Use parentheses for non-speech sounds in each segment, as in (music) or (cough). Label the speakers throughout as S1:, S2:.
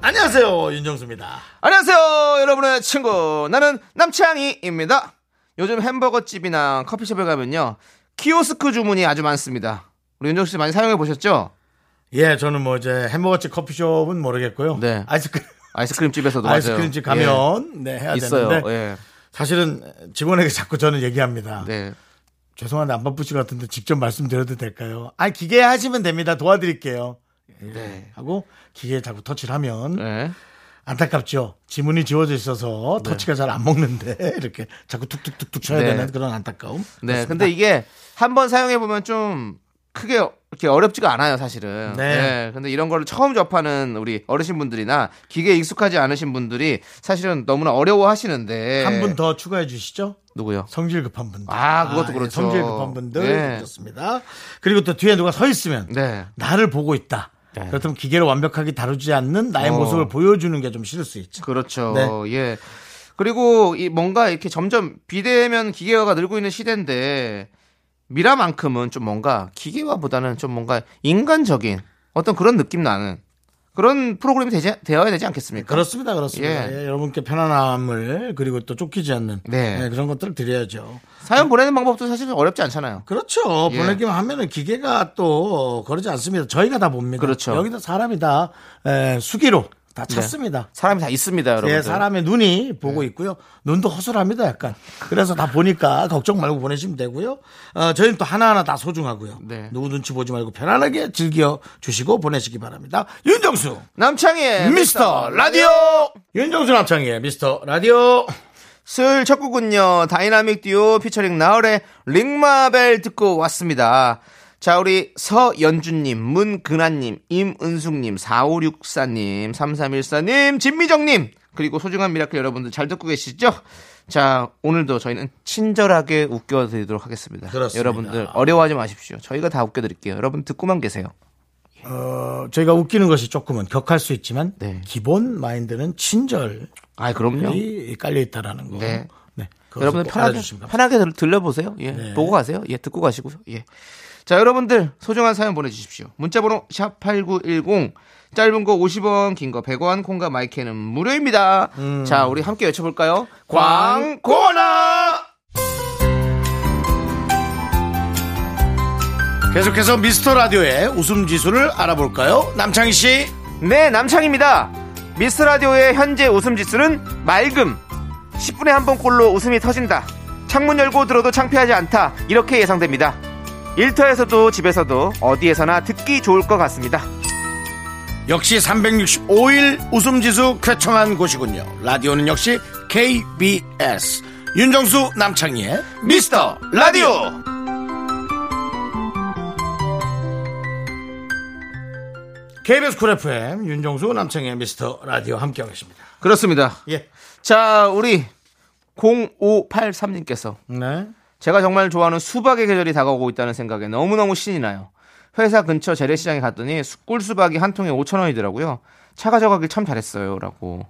S1: 안녕하세요 윤정수입니다.
S2: 안녕하세요, 여러분의 친구. 나는 남창희입니다. 요즘 햄버거 집이나 커피숍에 가면요. 키오스크 주문이 아주 많습니다. 우리 윤정 씨 많이 사용해 보셨죠?
S1: 예, 저는 뭐 이제 햄버거집 커피숍은 모르겠고요.
S2: 네.
S1: 아이스크림
S2: 아이스크림 집에서도 맞아요.
S1: 아이스크림집 가면 네, 해야
S2: 예, 있어요.
S1: 되는데
S2: 예.
S1: 사실은 직원에게 자꾸 저는 얘기합니다.
S2: 네.
S1: 죄송한데 안 바쁘실 것 같은데 직접 말씀드려도 될까요? 아 기계 하시면 됩니다. 도와드릴게요. 예, 하고 기계 자꾸 터치를 하면
S2: 네.
S1: 안타깝죠. 지문이 지워져 있어서 터치가 잘 안 먹는데 (laughs) 이렇게 자꾸 툭툭툭툭 쳐야
S2: 네.
S1: 되는 그런 안타까움.
S2: 네.
S1: 그렇습니다.
S2: 근데 이게 한 번 사용해 보면 좀 크게 어- 이렇게 어렵지가 않아요, 사실은.
S1: 네.
S2: 예, 근데 이런 거를 처음 접하는 우리 어르신분들이나 기계에 익숙하지 않으신 분들이 사실은 너무나 어려워하시는데
S1: 한 분 더 추가해 주시죠.
S2: 누구요?
S1: 성질 급한 분들. 예,
S2: 아, 그것도 그렇죠.
S1: 성질 급한 분들
S2: 네.
S1: 그렇습니다. 그리고 또 뒤에 누가 서 있으면
S2: 네.
S1: 나를 보고 있다. 그렇다면 기계를 완벽하게 다루지 않는 나의
S2: 어.
S1: 모습을 보여주는 게 좀 싫을 수 있죠.
S2: 그렇죠.
S1: 네.
S2: 예. 그리고 이 뭔가 이렇게 점점 비대면 기계화가 늘고 있는 시대인데 미라만큼은 좀 뭔가 기계화보다는 좀 뭔가 인간적인 어떤 그런 느낌 나는 그런 프로그램이 되지, 되어야 되지 않겠습니까?
S1: 그렇습니다, 그렇습니다.
S2: 예.
S1: 예, 여러분께 편안함을 그리고 또 쫓기지 않는
S2: 네.
S1: 예, 그런 것들을 드려야죠.
S2: 사연 보내는 방법도 사실 어렵지 않잖아요.
S1: 그렇죠.
S2: 예.
S1: 보내기만 하면은 기계가 또 그러지 않습니다. 저희가 다 봅니다.
S2: 그렇죠. 네.
S1: 여기다 사람이 다 에, 수기로 다 찾습니다.
S2: 사람이 다 있습니다, 여러분.
S1: 예, 사람의
S2: 네.
S1: 눈이 보고 있고요. 눈도 허술합니다, 약간. 그래서 다 보니까 걱정 말고 보내시면 되고요. 어, 저희는 또 하나하나 다 소중하고요.
S2: 네.
S1: 누구 눈치 보지 말고 편안하게 즐겨 주시고 보내시기 바랍니다. 윤정수! 네,
S2: 남창희의
S1: 미스터 라디오! 윤정수 남창희의 미스터 라디오!
S2: 수요일 첫 곡은요 다이나믹 듀오 피처링 나얼의 링마벨 듣고 왔습니다 자 우리 서연준님 문근아님 임은숙님 4564님 3314님 진미정님 그리고 소중한 미라클 여러분들 잘 듣고 계시죠 자 오늘도 저희는 친절하게 웃겨드리도록 하겠습니다
S1: 그렇습니다.
S2: 여러분들 어려워하지 마십시오 저희가 다 웃겨드릴게요 여러분 듣고만 계세요
S1: 어, 저희가 웃기는 것이 조금은 격할 수 있지만,
S2: 네.
S1: 기본 마인드는 친절이
S2: 아 그럼요
S1: 깔려있다라는 거.
S2: 네.
S1: 그것을
S2: 여러분들
S1: 꼭
S2: 편하게
S1: 알아주시면 감사합니다. 네.
S2: 편하게 들- 들려보세요. 예, 보고 가세요. 예, 듣고 가시고요. 예. 자, 여러분들 소중한 사연 보내주십시오. 문자번호 샵 #8910 짧은 거 50원, 긴 거 100원, 콩과 마이크는 무료입니다.
S1: 음.
S2: 자, 우리 함께 외쳐볼까요? 광고나
S1: 계속해서 미스터 라디오의 웃음 지수를 알아볼까요? 남창희 씨.
S2: 네, 남창입니다. 미스 라디오의 현재 웃음 지수는 맑음. 10분에 한 번꼴로 웃음이 터진다. 창문 열고 들어도 창피하지 않다. 이렇게 예상됩니다. 일터에서도 집에서도 어디에서나 듣기 좋을 것 같습니다.
S1: 역시 365일 웃음지수 쾌청한 곳이군요. 라디오는 역시 KBS. 윤정수 남창희의 미스터 라디오. KBS 쿨 FM 윤정수 남창희의 미스터 라디오 함께하고 계십니다.
S2: 그렇습니다.
S1: 예.
S2: 자, 우리 0583님께서
S1: 네.
S2: 제가 정말 좋아하는 수박의 계절이 다가오고 있다는 생각에 너무너무 신이 나요. 회사 근처 재래시장에 갔더니 수- 꿀수박이 한 통에 5천 원이더라고요. 차 가져가길 참 잘했어요.라고.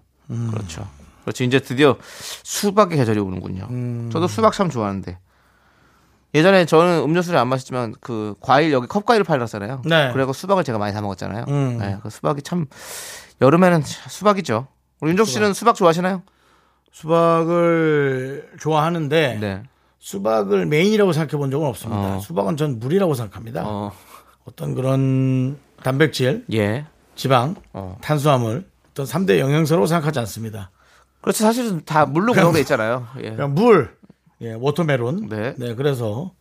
S2: 그렇죠. 그렇죠. 이제 드디어 수박의 계절이 오는군요. 저도 수박 참 좋아하는데 예전에 저는 음료수를 안 마셨지만 그 과일 여기 컵과일을 팔았잖아요.
S1: 네.
S2: 그래서 수박을 제가 많이 사 먹었잖아요. 네, 그 수박이 참 여름에는 참 수박이죠. 우리 윤종 씨는 수박 좋아하시나요?
S1: 수박을 좋아하는데
S2: 네.
S1: 수박을 메인이라고 생각해 본 적은 없습니다.
S2: 어.
S1: 수박은 전 물이라고 생각합니다.
S2: 어.
S1: 어떤 그런 단백질
S2: 예.
S1: 지방,
S2: 어.
S1: 탄수화물, 어떤 3대 영양소라고 생각하지 않습니다.
S2: 그렇죠. 사실은 다 물로 구성돼 있잖아요. 예.
S1: 그냥 물, 예, 워터멜론.
S2: 네.
S1: 네. 그래서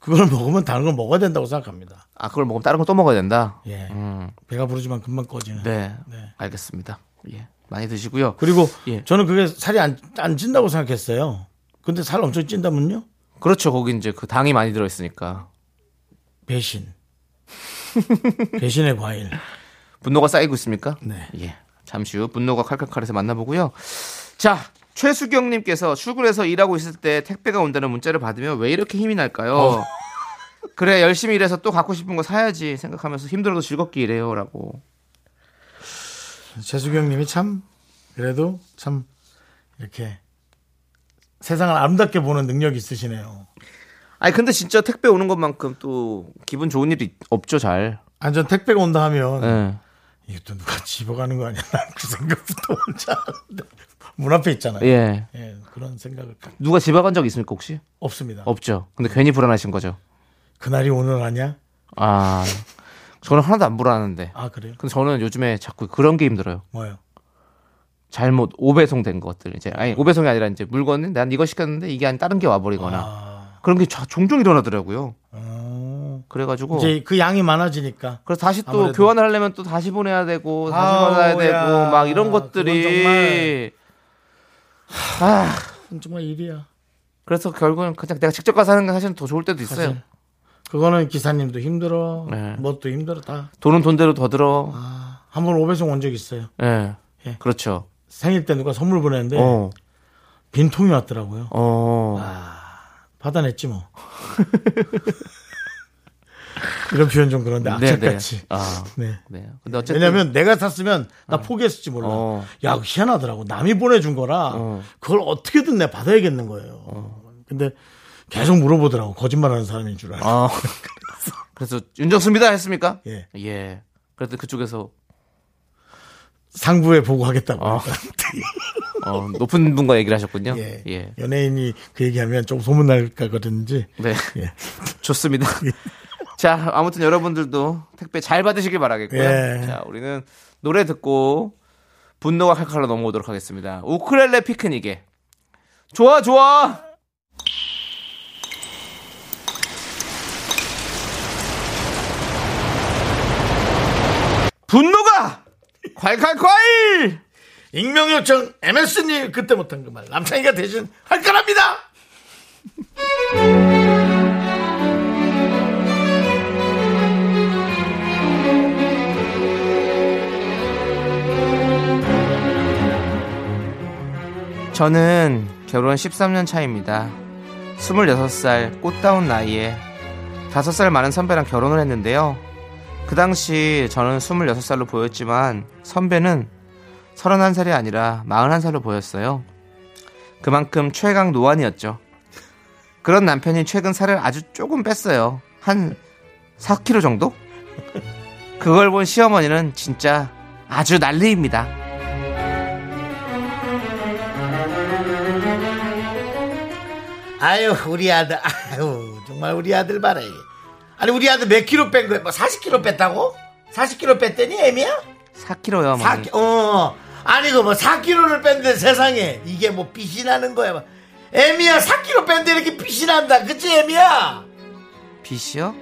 S1: 그걸 (laughs) 먹으면 다른 걸 먹어야 된다고 생각합니다.
S2: 아 그걸 먹으면 다른 거 또 먹어야 된다.
S1: 예.
S2: 음.
S1: 배가 부르지만 금방 꺼지는.
S2: 네.
S1: 네.
S2: 알겠습니다. 예. 많이 드시고요.
S1: 그리고
S2: 예.
S1: 저는 그게 살이 안, 안 찐다고 생각했어요. 근데 살 엄청 찐다면요?
S2: 그렇죠. 거기 이제 그 당이 많이 들어 있으니까 (laughs)
S1: 배신. 배신의 과일.
S2: 분노가 쌓이고 있습니까?
S1: 네.
S2: 예. 잠시 후 분노가 칼칼칼해서 만나보고요. 자, 최수경님께서 출근해서 일하고 있을 때 택배가 온다는 문자를 받으면 왜 이렇게 힘이 날까요?
S1: 어.
S2: (laughs) 그래 열심히 일해서 또 갖고 싶은 거 사야지 생각하면서 힘들어도 즐겁게 일해요라고.
S1: 재수경님이 참 그래도 참 이렇게 세상을 아름답게 보는 능력이 있으시네요.
S2: 아니 근데 진짜 택배 오는 것만큼 또 기분 좋은 일이 없죠 잘.
S1: 안전 택배가 온다 하면
S2: 예.
S1: 이게 또 누가 집어가는 거 아니야? 난그 생각부터 혼자 하는데 문 앞에 있잖아요. 예.
S2: 예.
S1: 그런 생각을 가-
S2: 누가 집어간 적 있습니까 혹시?
S1: 없습니다.
S2: 없죠. 근데 괜히 불안하신 거죠.
S1: 그날이 오늘 아니야?
S2: 아 저는 하나도 안 불안한데.
S1: 아 그래요?
S2: 근데 저는 요즘에 자꾸 그런 게 힘들어요.
S1: 뭐요?
S2: 잘못 오배송된 것들 이제 아니 오배송이 아니라 이제 물건은 난 이거 시켰는데 이게 아니 다른 게 와버리거나
S1: 아,
S2: 그런 게 자- 종종 일어나더라고요.
S1: 어,
S2: 그래가지고
S1: 이제 그 양이 많아지니까
S2: 그래서 다시 또
S1: 아무래도.
S2: 교환을 하려면 또 다시 보내야 되고 다시
S1: 아우,
S2: 받아야
S1: 야.
S2: 되고 막 이런 것들이
S1: 그건 정말.
S2: 아
S1: 그건 정말 일이야.
S2: 그래서 결국은 그냥 내가 직접 가서 하는 게 사실 더 좋을 때도 있어요.
S1: 사실. 그거는 기사님도 힘들어,
S2: 네.
S1: 뭣도 힘들어 다.
S2: 돈은 돈대로 더 들어.
S1: 아, 한번 오배송 온 적 있어요.
S2: 예.
S1: 예.
S2: 그렇죠.
S1: 생일 때 누가 선물 보냈는데
S2: 어.
S1: 빈 통이 왔더라고요.
S2: 어.
S1: 받아냈지 뭐. (laughs) 이런 표현 좀 그런데 악착같이.
S2: 아.
S1: 네.
S2: 네. 근데 네, 어쨌든
S1: 왜냐면 내가 샀으면 나 포기했을지 몰라.
S2: 어.
S1: 야 그거 희한하더라고. 남이 보내준 거라
S2: 어.
S1: 그걸 어떻게든 내 받아야겠는 거예요. 근데 계속 물어보더라고. 거짓말하는 사람인 줄 알고.
S2: 아. 그래서 윤정수입니다 했습니까?
S1: 예.
S2: 예. 그래도 그쪽에서
S1: 상부에 보고하겠다고. 그러니까.
S2: 아. 어, 높은 분과 얘기를 하셨군요.
S1: 예.
S2: 예.
S1: 연예인이 그 얘기하면 좀 소문날까 그랬는지.
S2: 네.
S1: 예.
S2: (laughs)
S1: (laughs)
S2: 좋습니다. 자, 아무튼 여러분들도 택배 잘 받으시길 바라겠고요.
S1: 예.
S2: 자, 우리는 노래 듣고 분노가 칼칼로 넘어오도록 하겠습니다. 우크렐레 피크닉에 좋아 좋아. 분노가 (laughs) 콸콸콸!
S1: 익명 요청 MS님 그때 못한 그 말 남창이가 대신 할 거랍니다.
S2: 저는 결혼 13년 차입니다. 26살 꽃다운 나이에 5살 많은 선배랑 결혼을 했는데요. 그 당시 저는 26살로 보였지만 선배는 31살이 아니라 41살로 보였어요. 그만큼 최강 노안이었죠. 그런 남편이 최근 살을 아주 조금 뺐어요. 한 4kg 정도? 그걸 본 시어머니는 진짜 아주 난리입니다.
S1: 아유 우리 아들 아유 정말 우리 아들 봐라 이게. 아니 우리 아들 몇 킬로 뺀 거야 뭐 40킬로 뺐다고 40킬로 뺐더니 애미야
S2: 4kg요, 어머니.
S1: 4, 어 아니 그뭐 4킬로를 뺀데 세상에 이게 뭐 빛이 나는 거야 애미야 4킬로 뺀데 이렇게 빛이 난다 그치 애미야
S2: 빚이요?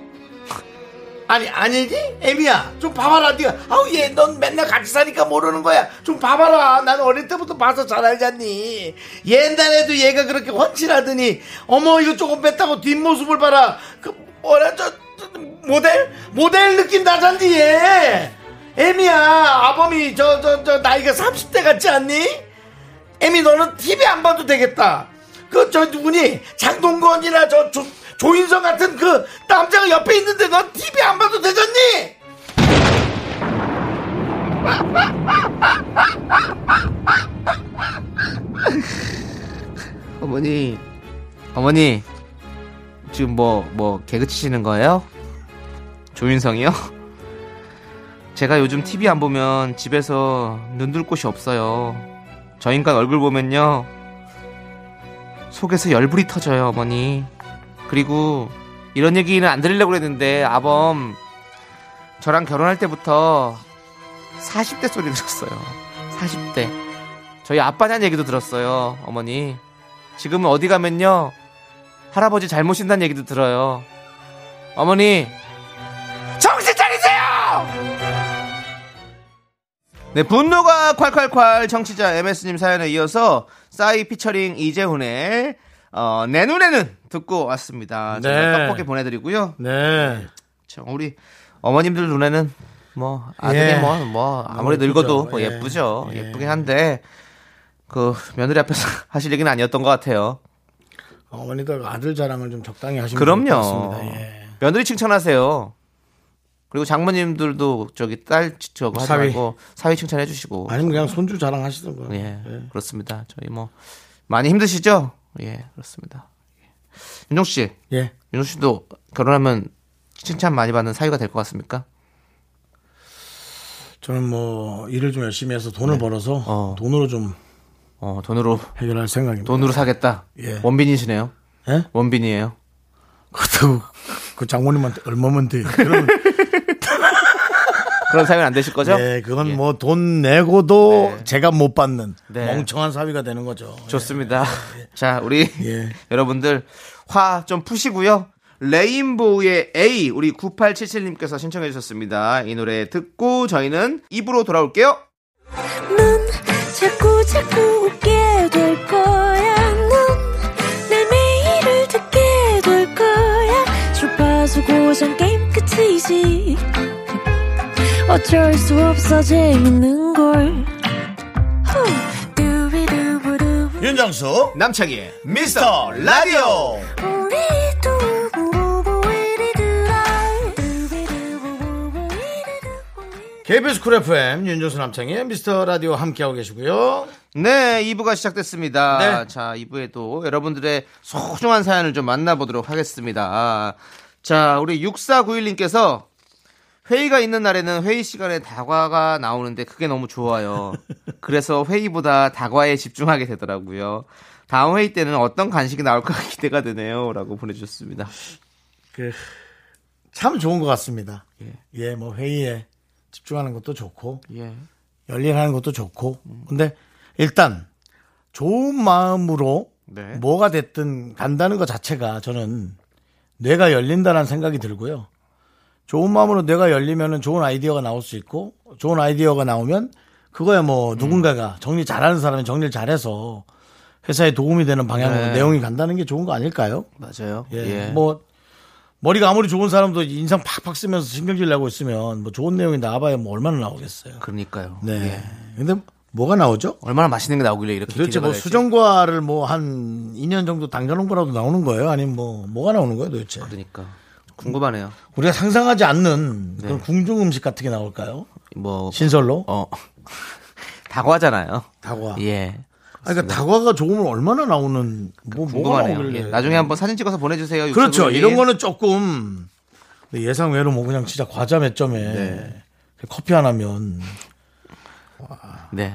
S1: 아니 아니지 애미야 좀 봐봐라 네가 아우 얘 넌 맨날 같이 사니까 모르는 거야 좀 봐봐라 난 어릴 때부터 봐서 잘 알잖니 옛날에도 얘가 그렇게 헌칠하더니 어머 이거 조금 뺐다고 뒷모습을 봐라 그 뭐라 저, 저 모델 모델 느낌 나잖니 얘 애미야 아범이 저 저 저 나이가 30대 같지 않니 애미 너는 TV 안 봐도 되겠다. 그 저 누구니 장동건이나 저 조, 조인성 같은 그 남자가 옆에 있는데 넌 TV 안 봐도 되겠니?
S2: 어머니 어머니 지금 뭐 뭐 개그 치시는 거예요? 조윤성이요? (laughs) 제가 요즘 TV 안 보면 집에서 눈 뜰 곳이 없어요. 저 인간 얼굴 보면요 속에서 열불이 터져요 어머니. 그리고 이런 얘기는 안 드리려고 그랬는데 아범 저랑 결혼할 때부터 40대 소리 들었어요. 40대 저희 아빠냐는 얘기도 들었어요 어머니. 지금은 어디 가면요 할아버지 잘못신다는 얘기도 들어요 어머니 정신 차리세요 네 분노가 콸콸콸 청취자 MS님 사연에 이어서 싸이 피처링 이재훈의 어, 내 눈에는 듣고 왔습니다 저희가
S1: 네.
S2: 떡볶이 보내드리고요
S1: 네.
S2: 참, 우리 어머님들 그렇죠. 눈에는 뭐 아들이
S1: 예.
S2: 뭐, 뭐 아무리
S1: 예쁘죠.
S2: 늙어도 뭐
S1: 예.
S2: 예쁘죠.
S1: 예.
S2: 예. 쁘긴 한데 그 며느리 앞에서 (laughs) 하실 얘기는 아니었던 것 같아요.
S1: 어머니들 아들 자랑을 좀 적당히 하시면
S2: 그럼요.
S1: 좋겠습니다. 예.
S2: 며느리 칭찬하세요. 그리고 장모님들도 저기 딸 치- 저거 하지
S1: 사위.
S2: 말고 사위 칭찬해 주시고.
S1: 아니면 그냥 손주 자랑하시던 거예요.
S2: 예, 그렇습니다. 저희 뭐 많이 힘드시죠? 예, 그렇습니다. 예. 윤종 씨,
S1: 예.
S2: 윤종 씨도 결혼하면 칭찬 많이 받는 사위가 될 것 같습니까?
S1: 저는 뭐 일을 좀 열심히 해서 돈을 벌어서
S2: 어.
S1: 돈으로 좀
S2: 어, 돈으로
S1: 해결할 생각입니다.
S2: 돈으로 사겠다.
S1: 예.
S2: 원빈이시네요.
S1: 예?
S2: 원빈이에요.
S1: 그것도 그 장모님한테 얼마면 돼.
S2: (laughs)
S1: 그러면
S2: 그런 사위는 안 되실 거죠?
S1: 네, 그건 뭐 돈 내고도 제가 못 받는
S2: 예. 네.
S1: 멍청한 사위가 되는 거죠.
S2: 좋습니다. (laughs) 자, 우리
S1: 예.
S2: 여러분들 화 좀 푸시고요. 레인보우의 A 우리 9877님께서 신청해 주셨습니다. 이 노래 듣고 저희는 입으로 돌아올게요.
S3: 넌 자꾸 자꾸 웃게 될 거야. 넌내 매일을 듣게 될 거야. 주파수 고정 게임 끝이지. 어쩔 수 없어 재밌는 걸. 후. 두비두부두.
S1: 윤정수
S2: 남창희의
S1: 미스터 라디오
S3: 우리 두부부부 이리들아. 두비두부부부 이리두부.
S1: KBS 쿨 FM 윤정수 남창의 미스터 라디오 함께하고 계시고요.
S2: 네, 2부가 시작됐습니다.
S1: 네.
S2: 자, 2부에도 여러분들의 소중한 사연을 좀 만나보도록 하겠습니다. 자, 우리 6491님께서 회의가 있는 날에는 회의 시간에 다과가 나오는데 그게 너무 (laughs) 좋아요. 그래서 회의보다 다과에 집중하게 되더라고요. 다음 회의 때는 어떤 간식이 나올까 기대가 되네요. 라고 보내주셨습니다.
S1: 참 좋은 것 같습니다. 예, 뭐 회의에 집중하는 것도 좋고
S2: 예.
S1: 열일하는 것도 좋고. 근데 일단 좋은 마음으로
S2: 네.
S1: 뭐가 됐든 간다는 것 자체가 저는 뇌가 열린다는 생각이 들고요. 좋은 마음으로 뇌가 열리면은 좋은 아이디어가 나올 수 있고 좋은 아이디어가 나오면 그거야 뭐
S2: 음.
S1: 누군가가 정리 잘하는 사람이 정리를 잘해서 회사에 도움이 되는 방향으로
S2: 네.
S1: 내용이 간다는 게 좋은 거 아닐까요?
S2: 맞아요.
S1: 예. 뭐 머리가 아무리 좋은 사람도 인상 팍팍 쓰면서 신경질 내고 있으면 뭐 좋은 내용이 나와봐야 뭐 얼마나 나오겠어요.
S2: 그러니까요.
S1: 네.
S2: 예.
S1: 근데 뭐가 나오죠?
S2: 얼마나 맛있는 게 나오길래 이렇게
S1: 도대체
S2: 기대가
S1: 뭐
S2: 될지.
S1: 수정과를 뭐 한 2년 정도 당겨놓은 거라도 나오는 거예요? 아니면 뭐 뭐가 나오는 거예요 도대체?
S2: 그러니까 궁금하네요.
S1: 우리가 상상하지 않는 그런 궁중 음식 같은 게 나올까요?
S2: 뭐
S1: 신설로?
S2: 어. 다과잖아요.
S1: 다과.
S2: 예.
S1: 아니, 그러니까 다과가 좋으면 얼마나 나오는 뭐 뭐가
S2: 궁금하네요.
S1: 나오길래?
S2: 예. 나중에 한번 사진 찍어서 보내주세요.
S1: 그렇죠.
S2: 육사구님.
S1: 이런 거는 조금 예상외로 뭐 그냥 진짜 과자 몇 점에 네. 커피 하나면
S2: 네.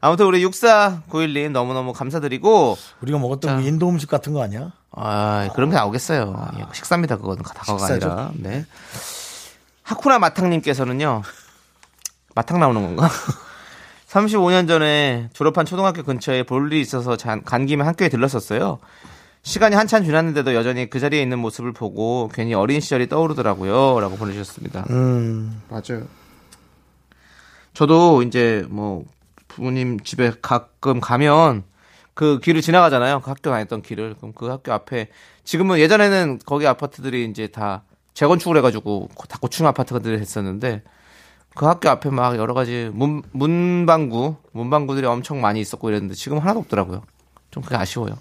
S2: 아무튼 우리 6491님 너무너무 감사드리고
S1: 우리가 먹었던 그 인도 음식 같은 거 아니야?
S2: 아, 그런 게 나오겠어요. 예, 식사입니다. 그건 다가가
S1: 아. 식사죠.
S2: 아니라. 네. 하쿠나 마탕님께서는요. 마탕 나오는 건가? (laughs) 35년 전에 졸업한 초등학교 근처에 볼 일이 있어서 잔- 간 김에 학교에 들렀었어요. 시간이 한참 지났는데도 여전히 그 자리에 있는 모습을 보고 괜히 어린 시절이 떠오르더라고요. 라고 보내주셨습니다.
S1: 음,
S2: 맞아요. 저도 이제 뭐 부모님 집에 가끔 가면 그 길을 지나가잖아요. 그 학교 다녔던 길을. 그럼 그 학교 앞에 지금은 예전에는 거기 아파트들이 이제 다 재건축을 해가지고 다 고층 아파트들을 했었는데 그 학교 앞에 막 여러 가지 문, 문방구, 문방구들이 엄청 많이 있었고 이랬는데 지금 하나도 없더라고요. 좀 그게 아쉬워요.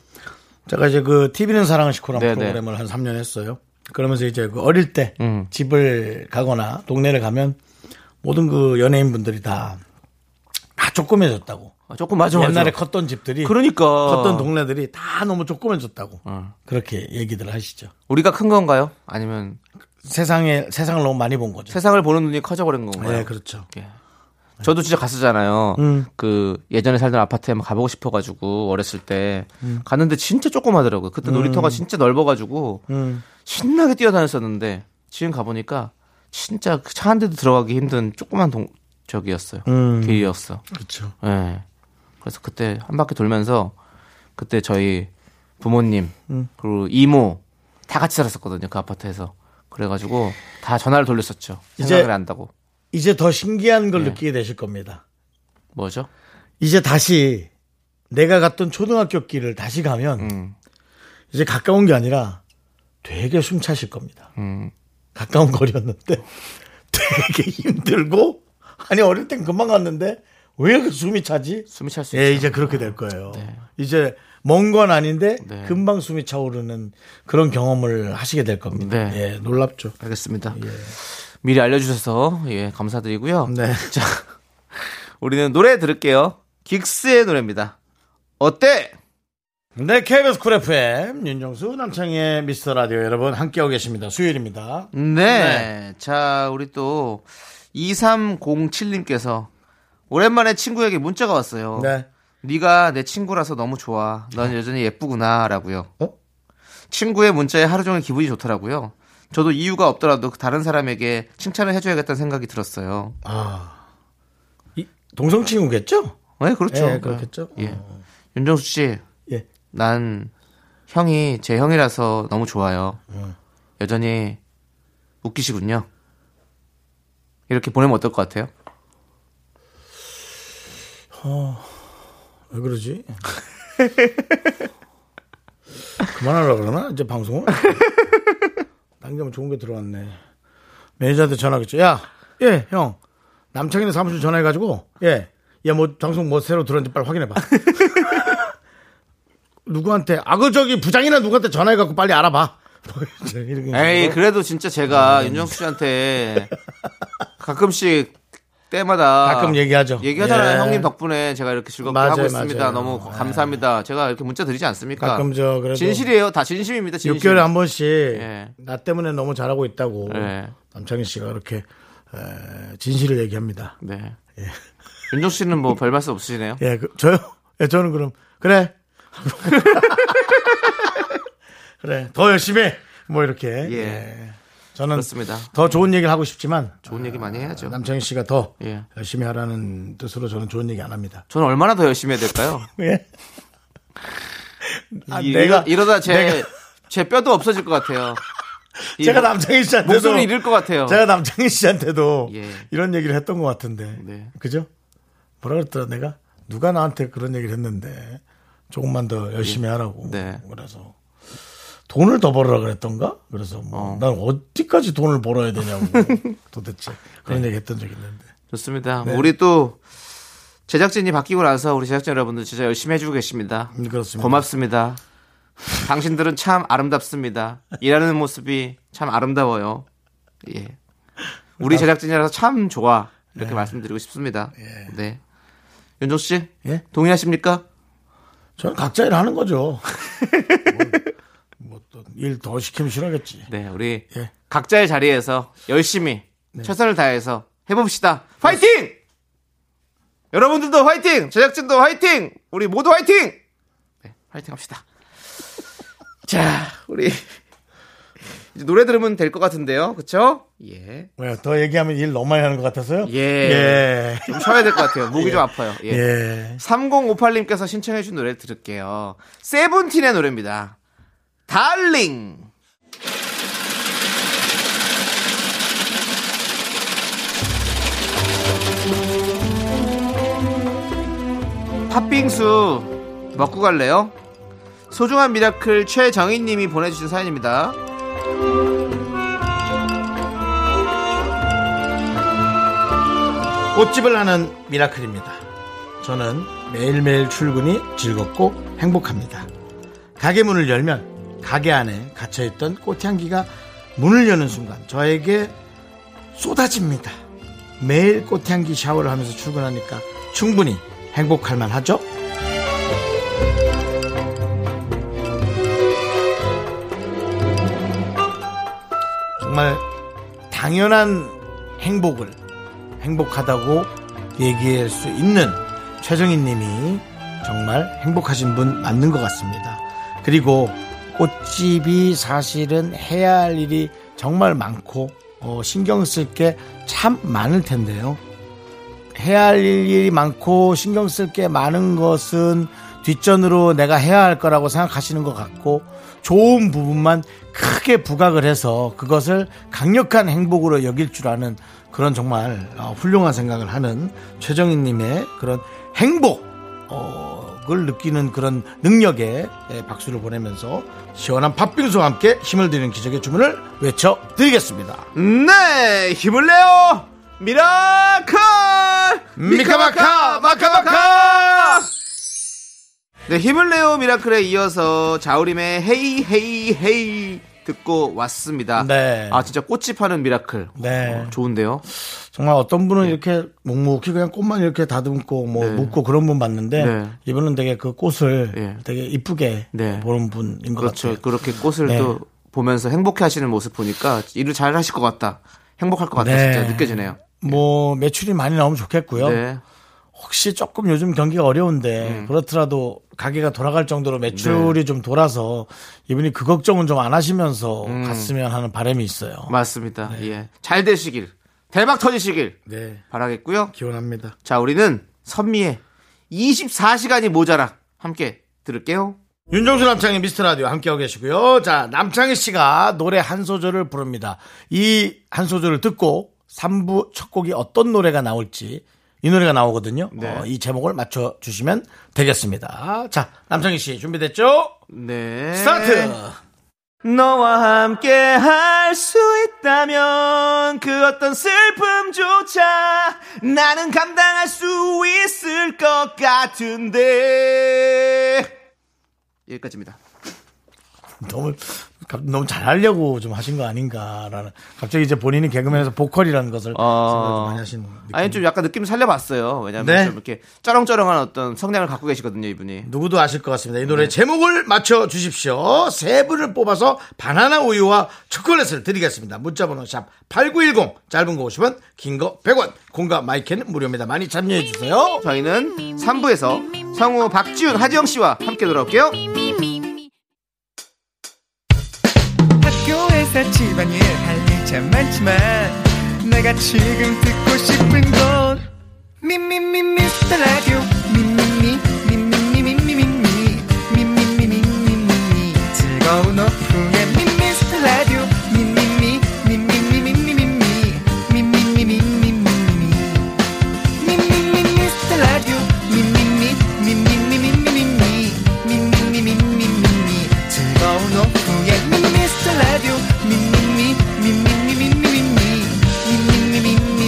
S1: 제가 이제 그 TV는 사랑을 시코란
S2: 네네.
S1: 프로그램을 한 3년 했어요. 그러면서 이제 그 어릴 때
S2: 음.
S1: 집을 가거나 동네를 가면 모든 그 연예인분들이 다, 다 조그매졌다고.
S2: 아, 조금 맞아, 맞아.
S1: 옛날에 컸던 집들이
S2: 그러니까. 어.
S1: 컸던 동네들이 다 너무 조그매졌다고. 그렇게 얘기들 하시죠.
S2: 우리가 큰 건가요? 아니면
S1: 세상에 세상을 너무 많이 본 거죠.
S2: 세상을 보는 눈이 커져버린 건가요?
S1: 네, 그렇죠.
S2: 예. 저도 진짜 갔었잖아요.
S1: 음.
S2: 그 예전에 살던 아파트에 한번 가보고 싶어가지고 어렸을 때
S1: 음.
S2: 갔는데 진짜 조그마더라고요. 그때 놀이터가 진짜 넓어가지고
S1: 음.
S2: 신나게 뛰어다녔었는데 지금 가보니까 진짜 그 차 한 대도 들어가기 힘든 조그만 동 저기였어요.
S1: 음.
S2: 길이었어.
S1: 그렇죠.
S2: 예. 그래서 그때 한 바퀴 돌면서 그때 저희 부모님
S1: 음.
S2: 그리고 이모 다 같이 살았었거든요. 그 아파트에서. 그래가지고 다 전화를 돌렸었죠.
S1: 이제-
S2: 생각을 안다고.
S1: 이제 더 신기한
S2: 네.
S1: 걸 느끼게 되실 겁니다.
S2: 뭐죠?
S1: 이제 다시 내가 갔던 초등학교 길을 다시 가면
S2: 음.
S1: 이제
S2: 음.
S1: 가까운 게 아니라 되게 숨 차실 겁니다. 가까운 거리였는데 (laughs) 되게 힘들고 아니 어릴 땐 금방 갔는데 왜 이렇게 숨이 차지?
S2: 숨이 찰 수
S1: 예,
S2: 있죠.
S1: 이제 그렇게 될 거예요. 이제 먼 건 아닌데
S2: 네.
S1: 금방 숨이 차오르는 그런 경험을 하시게 될 겁니다.
S2: 네.
S1: 예, 놀랍죠.
S2: 알겠습니다. 예. 미리 알려주셔서 예 감사드리고요.
S1: 네.
S2: 자, 우리는 노래 들을게요. 긱스의 노래입니다. 어때?
S1: 네, KBS 쿨 FM 윤정수 남창의 미스터 라디오 여러분 함께하고 계십니다. 수요일입니다.
S2: 네. 자, 우리 또 2307님께서 오랜만에 친구에게 문자가 왔어요.
S1: 네.
S2: 네가 내 친구라서 너무 좋아. 넌 여전히 예쁘구나라고요.
S1: 어?
S2: 친구의 문자에 하루 종일 기분이 좋더라고요. 저도 이유가 없더라도 그 다른 사람에게 칭찬을 해줘야겠다는 생각이 들었어요.
S1: 아, 이 동성 친구겠죠?
S2: 네, 그렇죠.
S1: 예, 그렇겠죠.
S2: 예. 윤정수 씨,
S1: 예.
S2: 난 형이 제 형이라서 너무 좋아요.
S1: 예.
S2: 여전히 웃기시군요. 이렇게 보내면 어떨 것 같아요?
S1: 아, 왜 (laughs) 그러지? 그만하라 그러나? 이제 (laughs) 방송을? 당기면 좋은 게 들어왔네. 매니저한테 전화겠죠. 야, 예, 형. 남창이네 사무실 전화해가지고, 예. 야, 뭐, 방송 뭐 새로 들었는지 빨리 (laughs) 확인해봐. 누구한테, 아, 그, 저기, 부장이나 누구한테 전화해갖고 빨리 (laughs) 알아봐. 뭐 이제 이렇게.
S2: 에이, 그래도 진짜 제가
S1: 네.
S2: 윤정수 씨한테 가끔씩 때마다
S1: 가끔 얘기하죠.
S2: 얘기하잖아요.
S1: 예.
S2: 형님 덕분에 제가 이렇게 즐겁게
S1: 맞아요,
S2: 하고 있습니다.
S1: 맞아요. 예.
S2: 너무 감사합니다. 제가 이렇게 문자 드리지 않습니까?
S1: 가끔 저 그래도
S2: 진실이에요. 다 진심입니다. 진심.
S1: 6개월에 한 번씩
S2: 예.
S1: 나 때문에 너무 잘하고 있다고
S2: 예.
S1: 남창희 씨가 이렇게 에, 진실을 얘기합니다.
S2: 네. 윤정수 씨는 뭐 별 말씀 없으시네요.
S1: 예, 그- 저요? (laughs) 예, 저는 그럼 그래. (laughs) 그래. 더 열심히 해. 뭐 이렇게. 예. 저는
S2: 그렇습니다.
S1: 더 좋은 얘기를 하고 싶지만
S2: 좋은 얘기 많이 해야죠.
S1: 남창희 씨가 더
S2: 예.
S1: 열심히 하라는 뜻으로 저는 좋은 얘기 안 합니다.
S2: 저는 얼마나 더 열심히 해야 될까요?
S1: 예. 아,
S2: 예. 이,
S1: 내가
S2: 러다 제,
S1: 내가-
S2: 제 뼈도 없어질 것 같아요. 예.
S1: (laughs)
S2: 이
S1: 제가
S2: 목-
S1: 남창희 씨한테도
S2: 목소리 잃을 것 같아요.
S1: 제가 남창희 씨한테도
S2: 예.
S1: 이런 얘기를 했던 것 같은데.
S2: 네.
S1: 그죠? 뭐라 그랬더라 내가? 누가 나한테 그런 얘기를 했는데 조금만 더 열심히 하라고.
S2: 네.
S1: 그래서 돈을 더 벌어라 그랬던가? 그래서 뭐
S2: 어.
S1: 난 어디까지 돈을 벌어야 되냐고 (laughs) 도대체 그런
S2: 네.
S1: 얘기 했던 적이 있는데.
S2: 좋습니다.
S1: 네.
S2: 우리 또 제작진이 바뀌고 나서 우리 제작진 여러분들 진짜 열심히 해주고 계십니다.
S1: 음, 그렇습니다.
S2: 고맙습니다. 당신들은 참 아름답습니다. 일하는 모습이 참 아름다워요. 예. 우리 제작진이라서 참 좋아.
S1: 네.
S2: 이렇게 말씀드리고 싶습니다. 네. 윤종 씨?
S1: 예?
S2: 동의하십니까?
S1: 저는 각자 일 하는 거죠. 뭐 또 일 더 시키면 싫어하겠지.
S2: 네, 우리
S1: 예.
S2: 각자의 자리에서 열심히 최선을 다해서 해봅시다. 화이팅! 여러분들도 화이팅! 제작진도 화이팅! 우리 모두 화이팅! 네, 화이팅 합시다. (laughs) 자, 우리 이제 노래 들으면 될 것 같은데요. 그쵸? 예.
S1: 왜요? 더 얘기하면 일 너무 많이 하는 것 같아서요?
S2: 예.
S1: 예.
S2: 좀 쉬어야 될 것 같아요. 목이 좀 아파요. 예.
S1: 예.
S2: 3058님께서 신청해준 노래 들을게요. 세븐틴의 노래입니다. 달링! 팥빙수 먹고 갈래요? 소중한 미라클 최정희님이 보내주신 사연입니다.
S1: 꽃집을 하는 미라클입니다. 저는 매일매일 출근이 즐겁고 행복합니다. 가게 문을 열면 가게 안에 갇혀있던 꽃향기가 문을 여는 순간 저에게 쏟아집니다. 매일 꽃향기 샤워를 하면서 출근하니까 충분히 행복할 만하죠? 정말 당연한 행복을 행복하다고 얘기할 수 있는 최정희 님이 정말 행복하신 분 맞는 것 같습니다. 그리고 꽃집이 사실은 해야 할 일이 정말 많고 어, 신경 쓸 게 참 많을 텐데요. 해야 할 일이 많고 신경 쓸 게 많은 것은 뒷전으로 내가 해야 할 거라고 생각하시는 것 같고 좋은 부분만 크게 부각을 해서 그것을 강력한 행복으로 여길 줄 아는 그런 정말 어, 훌륭한 생각을 하는 최정희님의 그런 행복 어, 매력을 느끼는 그런 능력에 예, 박수를 보내면서 시원한 팥빙수와 함께 힘을 드리는 기적의 주문을 외쳐드리겠습니다.
S2: 네, 힘을 내요. 미라클!
S1: 미카마카 마카마카
S2: 네, 힘을 내요 미라클에 이어서 자우림의 헤이 헤이 헤이 듣고 왔습니다.
S1: 네.
S2: 아, 진짜 꽃집 하는 미라클.
S1: 네.
S2: 어, 좋은데요.
S1: 정말 어떤 분은 이렇게 묵묵히 그냥 꽃만 이렇게 다듬고 뭐
S2: 예. 네.
S1: 묶고 그런 분 봤는데
S2: 네.
S1: 이분은 되게 그 꽃을
S2: 예.
S1: 되게 이쁘게
S2: 네.
S1: 보는 분인 것
S2: 그렇죠.
S1: 같아요.
S2: 그렇게 꽃을
S1: 네.
S2: 또 보면서 행복해 하시는 모습 보니까 일을 잘 하실 것 같다. 행복할 것 같다.
S1: 네.
S2: 진짜 느껴지네요.
S1: 뭐 매출이 많이 나오면 좋겠고요.
S2: 예. 네. 음.
S1: 혹시 조금 요즘 경기가 어려운데 그렇더라도 가게가 돌아갈 정도로
S2: 네.
S1: 매출이 좀 돌아서 이분이 그 걱정은 좀 안 하시면서
S2: 음.
S1: 갔으면 하는 바람이 있어요.
S2: 맞습니다. 예. 잘 되시길. 대박 터지시길
S1: 네,
S2: 바라겠고요.
S1: 기원합니다.
S2: 자, 우리는 선미의 24시간이 모자라 함께 들을게요.
S1: 윤정수 남창의 미스터 라디오 함께하고 계시고요. 자, 남창희 씨가 노래 한 소절을 부릅니다. 이 한 소절을 듣고 3부 첫 곡이 어떤 노래가 나올지 이 노래가 나오거든요. 어, 이 제목을 맞춰주시면 되겠습니다. 자, 남창희 씨 준비됐죠?
S2: 네.
S1: 스타트!
S2: 너와 함께 할 수 있다면 그 어떤 슬픔조차 나는 감당할 수 있을 것 같은데 여기까지입니다.
S1: 너무 갑- 너무 잘하려고 좀 하신 거 아닌가라는 갑자기 이제 본인이 개그맨에서 보컬이라는 것을
S2: 아.
S1: 생각을 많이 하시는 느낌.
S2: 아니 좀 약간 느낌 살려봤어요. 왜냐면
S1: 네.
S2: 좀 이렇게 쩌렁쩌렁한 어떤 성량을 갖고 계시거든요, 이분이.
S1: 누구도 아실 것 같습니다. 이 노래
S2: 네.
S1: 제목을 맞춰 주십시오. 세 분을 뽑아서 바나나 우유와 초콜릿을 드리겠습니다. 문자번호 샵 8910, 짧은 거 50원, 긴 거 100원, 공과 마이크는 무료입니다. 많이 참여해 주세요.
S2: 저희는 3부에서 성우 박지훈, 하지영 씨와 함께 돌아올게요.
S4: 학교에서 집안일 할 일 참 많지만 내가 지금 듣고 싶은 건 미미미 미스터 라디오 미미미 미미미미미미 미미미미미미 즐거운 오후에 미스터 라디오 미미미 미미미미미미 미미미미미미 미미미 미스터 라디오 미미미 미미미미미미 미미미미미미 즐거운
S5: 예,
S4: 오후에 미스터 라디오 미미미 미미미미미미 미미미미미미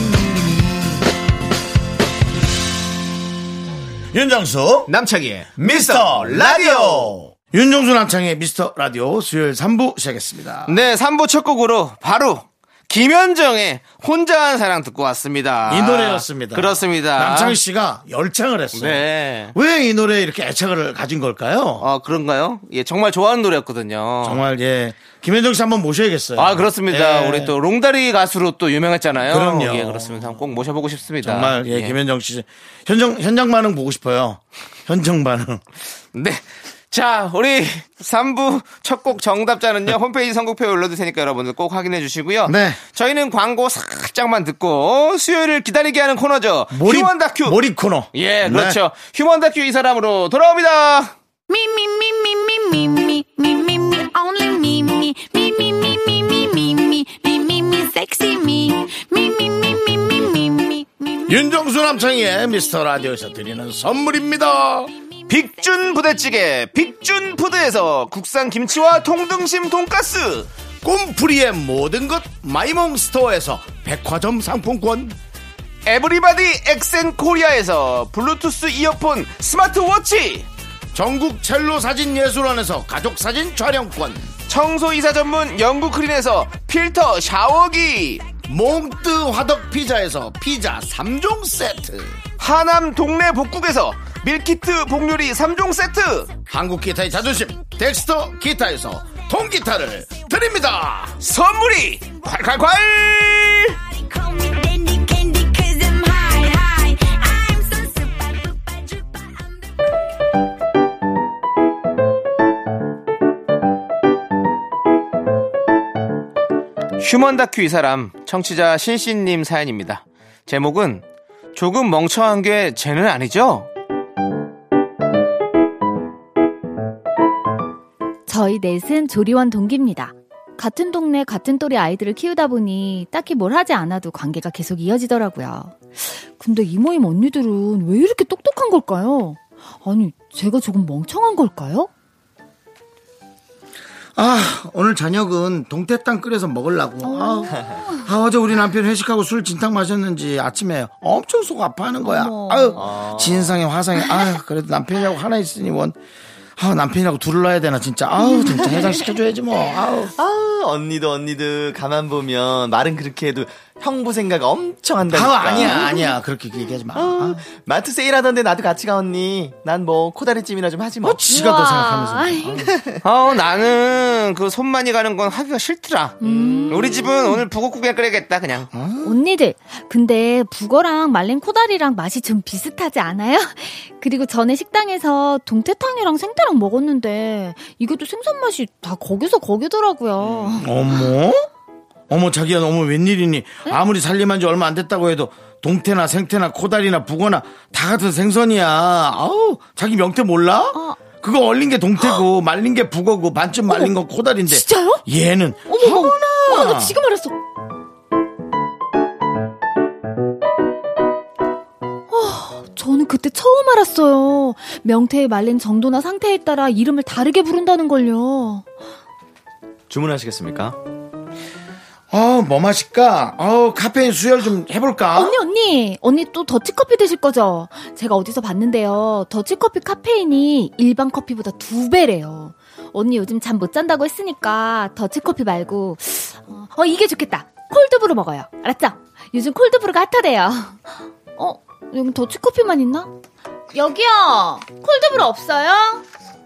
S1: 윤정수,
S2: 남창희의
S1: 미스터 라디오. 윤정수 남창의 미스터 라디오 수요일 3부 시작했습니다.
S2: 네, 3부 첫 곡으로 바로 김현정의 혼자한 사랑 듣고 왔습니다.
S1: 이 노래였습니다.
S2: 아, 그렇습니다.
S1: 남창희 씨가 열창을 했어요.
S2: 네.
S1: 왜 이 노래에 이렇게 애착을 가진 걸까요?
S2: 어, 그런가요? 예, 정말 좋아하는 노래였거든요.
S1: 정말 예. 김현정 씨 한번 모셔야겠어요.
S2: 아, 그렇습니다.
S1: 예.
S2: 우리 또 롱다리 가수로 또 유명했잖아요.
S1: 그럼요.
S2: 예, 그렇습니다. 한번 꼭 모셔보고 싶습니다.
S1: 정말 예, 김현정 씨 현장 현장 반응 보고 싶어요. 현장
S2: (laughs)
S1: 반응.
S2: 네. 자, 우리 3부 첫 곡 정답자는요, 홈페이지 선곡표에 올려둘 테니까 여러분들 꼭 확인해 주시고요.
S1: 네.
S2: 저희는 광고 살짝만 듣고 수요일을 기다리게 하는 코너죠. 휴먼 다큐.
S1: 몰입 코너.
S2: 예,
S1: 네.
S2: 그렇죠. 휴먼 다큐 이 사람으로 돌아옵니다.
S3: Me, me, me, me, me, me, me, me, me, me, only me, me, me, me, me, me, me, me, me, me, me, me, sexy me, me, me, me, me, me, me, me, me, me.
S1: 윤정수 남창희의 미스터 라디오에서 드리는 선물입니다.
S2: 빅준 부대찌개, 빅준 푸드에서 국산 김치와 통등심 돈가스.
S1: 꿈풀이의 모든 것 마이몽 스토어에서 백화점 상품권.
S2: 에브리바디 엑센 코리아에서 블루투스 이어폰 스마트워치.
S1: 전국 첼로 사진 예술원에서 가족 사진 촬영권.
S2: 청소이사 전문 영국 크린에서 필터 샤워기.
S1: 몽뜨 그 화덕 피자에서 피자 3종 세트.
S2: 하남 동네 복국에서 밀키트 복요리 3종 세트.
S1: 한국 기타의 자존심 덱스터 기타에서 통기타를 드립니다.
S2: 선물이 콸콸콸!
S3: Call me dandy candy 'cause I'm high, high. I'm so super duper duper. I'm the
S2: 휴먼 다큐 이 사람 청취자 신신님 사연입니다. 제목은 조금 멍청한 게 쟤는 아니죠?
S6: 저희 넷은 조리원 동기입니다. 같은 동네 같은 또래 아이들을 키우다 보니 딱히 뭘 하지 않아도 관계가 계속 이어지더라고요. 근데 이 모임 언니들은 왜 이렇게 똑똑한 걸까요? 아니, 제가 조금 멍청한 걸까요?
S1: 아 오늘 저녁은 동태탕 끓여서 먹으려고 아, 아, 어제 우리 남편 회식하고 술 진탕 마셨는지 아침에 엄청 속 아파하는 거야
S6: 어머.
S1: 아유 진상에 화상에 아유 그래도 남편이라고 하나 있으니 원 아, 남편이라고 둘을 놔야 되나 진짜 아우 진짜 해장시켜줘야지 뭐 아우
S5: 아 언니도 언니도 가만 보면 말은 그렇게 해도 형부 생각 엄청
S1: 아우
S5: 한다니까.
S1: 아니야 아니야 그렇게 얘기하지 마
S5: 아,
S6: 어.
S1: 아,
S5: 마트 세일하던데 나도 같이 가 언니. 난 뭐 코다리찜이나 좀 하지 뭐.
S1: 뭐 지가 더 생각하면서
S2: 어, 나는 그 손만이 가는 건 하기가 싫더라.
S5: 음.
S2: 우리 집은 오늘 북엇국에 끓여야겠다, 그냥.
S5: 어?
S6: 언니들, 근데 북어랑 말린 코다리랑 맛이 좀 비슷하지 않아요? (laughs) 그리고 전에 식당에서 동태탕이랑 생태랑 먹었는데 이것도 생선 맛이 다 거기서 거기더라고요.
S1: 음. 어머 어머 자기야 너무 웬일이니 아무리 살림한 지 얼마 안 됐다고 해도 동태나 생태나 코다리나 북어나 다 같은 생선이야 아우 자기 명태 몰라?
S6: 어.
S1: 그거 얼린 게 동태고 말린 게 북어고 반쯤 말린 건 코다리인데
S6: 진짜요?
S1: 얘는
S6: 어머, 어머,
S1: 어머나.
S6: 어머, 나 지금 알았어. 어, 저는 그때 처음 알았어요. 명태의 말린 정도나 상태에 따라 이름을 다르게 부른다는 걸요.
S5: 주문하시겠습니까?
S1: 어, 뭐 마실까? 어, 카페인 수혈 좀
S5: 아?
S1: 해볼까?
S6: 언니 언니 언니 또 더치커피 드실 거죠? 제가 어디서 봤는데요. 더치커피 카페인이 일반 커피보다 두 배래요. 언니 요즘 잠 못 잔다고 했으니까 더치커피 말고 어, 어, 이게 좋겠다. 콜드브루 먹어요. 알았죠? 요즘 콜드브루가 핫하대요. 어 여기 더치커피만 있나? 여기요. 콜드브루 없어요?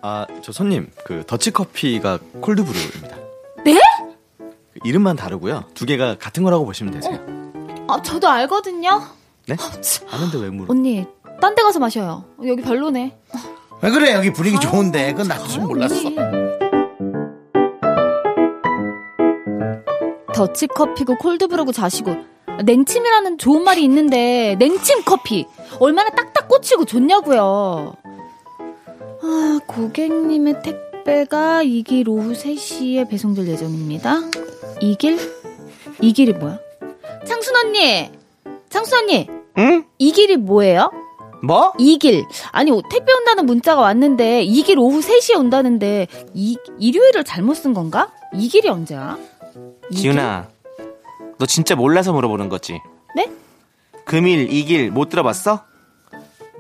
S5: 아 저 손님 그 더치커피가 콜드브루입니다.
S6: 네?
S5: 이름만 다르고요. 두 개가 같은 거라고 보시면 되세요.
S6: 아 저도 알거든요.
S5: 네?
S6: 참.
S5: 아는데 왜 물어?
S6: 언니 딴 데 가서 마셔요. 여기 별로네.
S1: 왜 그래? 여기 분위기 좋은데. 그건 나도 좀
S6: 아,
S1: 몰랐어.
S6: 네. 더치 커피고 콜드브루고 자시고 냉침이라는 좋은 말이 있는데 냉침 커피 얼마나 딱딱 꽂히고 좋냐고요. 아 고객님의 택배가 이 길 오후 3시에 배송될 예정입니다. 이 길? 이 길이 뭐야? 창순 언니, 창순 언니,
S2: 응?
S6: 이 길이 뭐예요?
S2: 뭐?
S6: 이 길. 아니, 택배 온다는 문자가 왔는데, 이 길 오후 3시에 온다는데, 이, 일요일을 잘못 쓴 건가? 이 길이 언제야? 이
S2: 지윤아, 너 진짜 몰라서 물어보는 거지?
S6: 네?
S2: 금일, 이길 못 들어봤어?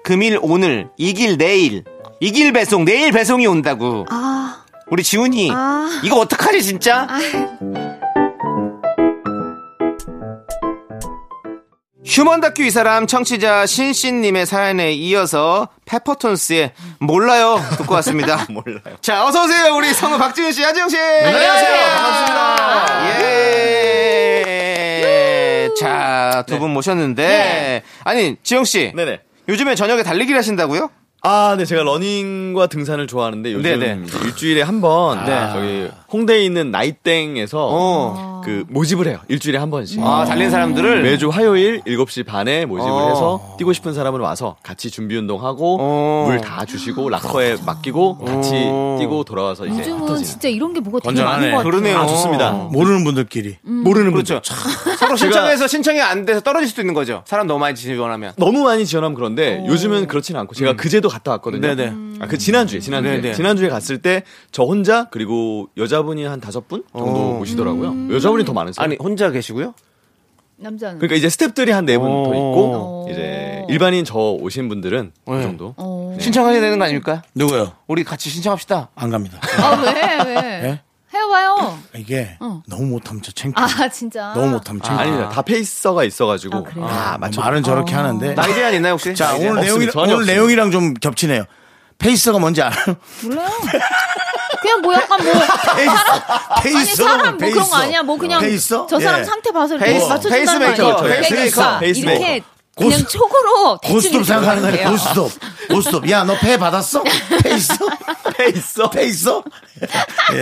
S2: 금일, 오늘, 이길, 내일. 이길 배송, 내일 배송이 온다고.
S6: 아,
S2: 우리 지훈이.
S6: 아.
S2: 이거 어떡하지, 진짜? 휴먼 다큐 이 사람 청취자 신씨님의 사연에 이어서 페퍼톤스의 몰라요 듣고 왔습니다.
S5: (laughs) 몰라요.
S2: 자, 어서오세요. 우리 성우 박지훈 씨, 하지영 씨.
S5: 네, 안녕하세요. 반갑습니다.
S2: 예. 자, 두 분 모셨는데. 아니, 지영 씨.
S5: 네. 네네.
S2: 요즘에 저녁에 달리기를 하신다고요?
S5: 아, 네, 제가 러닝과 등산을 좋아하는데 요즘
S2: 네네. 아.
S5: 이제 일주일에 한 번 저기 홍대에 있는 나이땡에서
S2: 어.
S5: 그 모집을 해요. 일주일에 한 번씩.
S2: 아, 달리는 사람들을.
S5: 매주 화요일 7시 반에 모집을
S2: 어.
S5: 해서 뛰고 싶은 사람은 와서 같이 준비 운동하고
S2: 어.
S5: 물 다 주시고 락커에 맡기고 같이
S2: 어.
S5: 뛰고 돌아와서 이제
S6: 요즘은
S5: 흩어지는.
S6: 진짜 이런 게 뭐가 되게
S1: 건전하네.
S6: 많은 것 같아요.
S2: 그러네요. 어.
S5: 아, 좋습니다.
S1: 모르는 분들끼리.
S6: 음.
S5: 모르는
S2: 그렇죠. (laughs) 서로 신청해서 신청이 안 돼서 떨어질 수도 있는 거죠. 사람 너무 많이 지원하면.
S5: 너무 많이 지원하면 그런데 요즘은 그렇지는 않고 제가 그제도 갔다 왔거든요.
S2: 네네.
S5: 아, 그 지난주에 지난주에
S2: 네네.
S5: 지난주에 갔을 때 저 혼자 그리고 여자분이 한 다섯 분 정도
S2: 어.
S5: 오시더라고요. 여자분이 더 많으세요.
S2: 아니, 혼자 계시고요?
S6: 남자는.
S5: 그러니까 이제 스탭들이 한 네 분 더 있고
S6: 어.
S5: 이제 일반인 저 오신 분들은
S2: 네.
S5: 그 정도.
S6: 어.
S2: 신청해야 되는 거 아닙니까?
S1: 누구요?
S2: 우리 같이 신청합시다.
S1: 안 갑니다.
S6: 아, 왜, 왜?
S1: 예?
S6: 해봐요.
S1: 이게
S6: 어.
S1: 너무 못하면 저 창피해.
S6: 아, 진짜.
S1: 너무 못하면 창피해.
S5: 아. 니다다 페이서가 있어가지고
S6: 아, 그래요?
S5: 아, 맞춰.
S1: 말은 저렇게 하는데.
S2: 나이 제한 아. 있나요, 혹시?
S1: 자,
S2: 나이 제한?
S1: 오늘
S5: 없습니다.
S1: 내용이랑,
S5: 전혀
S1: 오늘
S5: 없습니다.
S1: 내용이랑 좀 겹치네요. 페이스가 뭔지 알아요?
S6: 몰라요. 그냥 뭐 약간 뭐.
S1: (laughs) 페이스.
S6: 아니, 사람 뭐 그런
S1: 페이서.
S6: 거 아니야. 뭐 그냥.
S1: 페이서?
S6: 저 사람
S1: 예.
S6: 상태 봐서 이렇게
S2: 페이스-
S6: 맞춰준다는 거
S2: 페이스메이커,
S6: 아니에요.
S5: 페이스메이커,
S6: 그러니까
S5: 페이스메이커.
S6: 이렇게
S1: 고스-
S6: 그냥 촉으로 대충
S1: 고스톱
S6: 이렇게
S1: 생각하는 거
S6: 돼요.
S1: 아니야? 고스톱. 고스톱. 야, 너 폐 받았어?
S6: (laughs)
S1: 페이스?
S5: 페이서.
S1: 페이서? 예.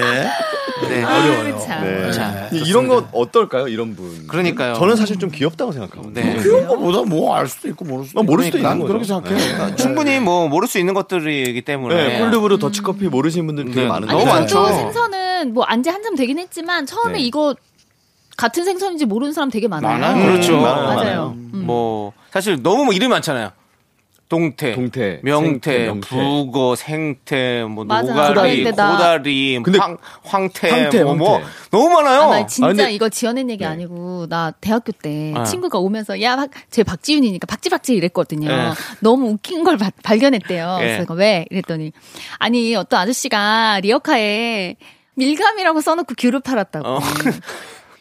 S2: 네.
S6: 어려워요. 아, 참.
S5: 자, 이런 거 어떨까요, 이런 분?
S2: 그러니까요.
S5: 저는 사실 좀 귀엽다고 생각하거든요.
S2: 네.
S1: 그런 거보다 뭐 알 수도 있고 모를 수도
S5: 아,
S1: 예.
S5: 모를 수도
S1: 난
S5: 있는
S1: 그렇게
S5: 거죠.
S1: 생각해요.
S2: 충분히 뭐 모를 수 있는 것들이기 때문에.
S5: 네, 콜드브루 더치커피 모르시는 분들 되게
S2: 네.
S5: 많은데.
S2: 너무
S6: 음. 아니, 저도
S2: 많죠.
S6: 생선은 뭐 안지 한참 되긴 했지만 처음에
S5: 네.
S6: 이거 같은 생선인지
S7: 음,
S6: 모르는 사람 되게 그렇죠. 많아요.
S1: 많아요.
S2: 그렇죠.
S5: 음, 많아요,
S6: 맞아요.
S2: 뭐 사실 너무 뭐 이름이 많잖아요. 동태,
S7: 동태,
S2: 명태,
S7: 생태, 명태.
S2: 북어, 생태, 뭐
S6: 맞아.
S2: 노가리,
S6: 고달대다.
S2: 고다리,
S7: 근데-
S2: 황, 황태,
S7: 황태,
S2: 뭐, 뭐
S7: 황태.
S2: 너무 많아요.
S6: 아, 나 진짜
S7: 아, 근데-
S6: 이거 지어낸 얘기 아니고 나 대학교 때
S2: 네. 아.
S6: 친구가 오면서 야, 박- 제 박지윤이니까 박지박지 이랬거든요.
S2: 예.
S6: 너무 웃긴 걸 바- 발견했대요.
S2: 예.
S6: 그래서 이거 왜? 이랬더니 아니 어떤 아저씨가 리어카에 밀감이라고 써놓고 귤을 팔았다고.
S2: 어. (laughs)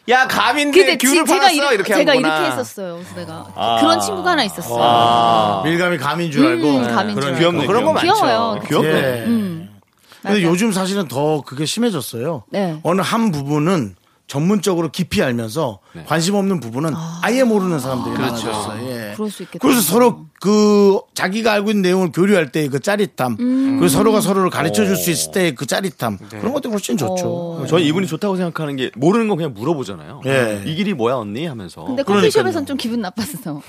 S2: 야 감인데
S6: 근데 지-
S2: 귤을
S6: 제가
S2: 팔았어
S6: 이렇게,
S2: 이렇게
S6: 제가
S2: 하는구나. 아.
S6: 이렇게 했었어요. 그래서 내가 그런 친구가 하나 있었어.
S5: 아.
S1: 밀감이 감인 줄 알고.
S6: 음, 감인 줄
S1: 그러니까.
S6: 알고.
S5: 귀엽네.
S2: 뭐 그런 거 많죠.
S6: 귀여워요.
S5: 귀엽네.
S1: 예. 근데
S6: 음. 맞아요.
S1: 요즘 사실은 더 그게 심해졌어요.
S6: 네.
S1: 어느 한 부분은 전문적으로 깊이 알면서 관심 없는 부분은 아... 예 모르는 사람들이 많아졌어요. 예.
S6: 그럴 수 있겠다.
S1: 그래서 서로 그 자기가 알고 있는 내용을 교류할 때의 그 짜릿함,
S6: 음.
S1: 그리고 서로가 서로를 가르쳐 줄 수 있을 때의 그 짜릿함 그런 것들이 훨씬 좋죠.
S5: 저는 이분이 좋다고 생각하는 게 모르는 거 그냥 물어보잖아요.
S1: 예.
S5: 이 길이 뭐야 언니 하면서.
S6: 근데 커피숍에서는 좀 기분 나빴어.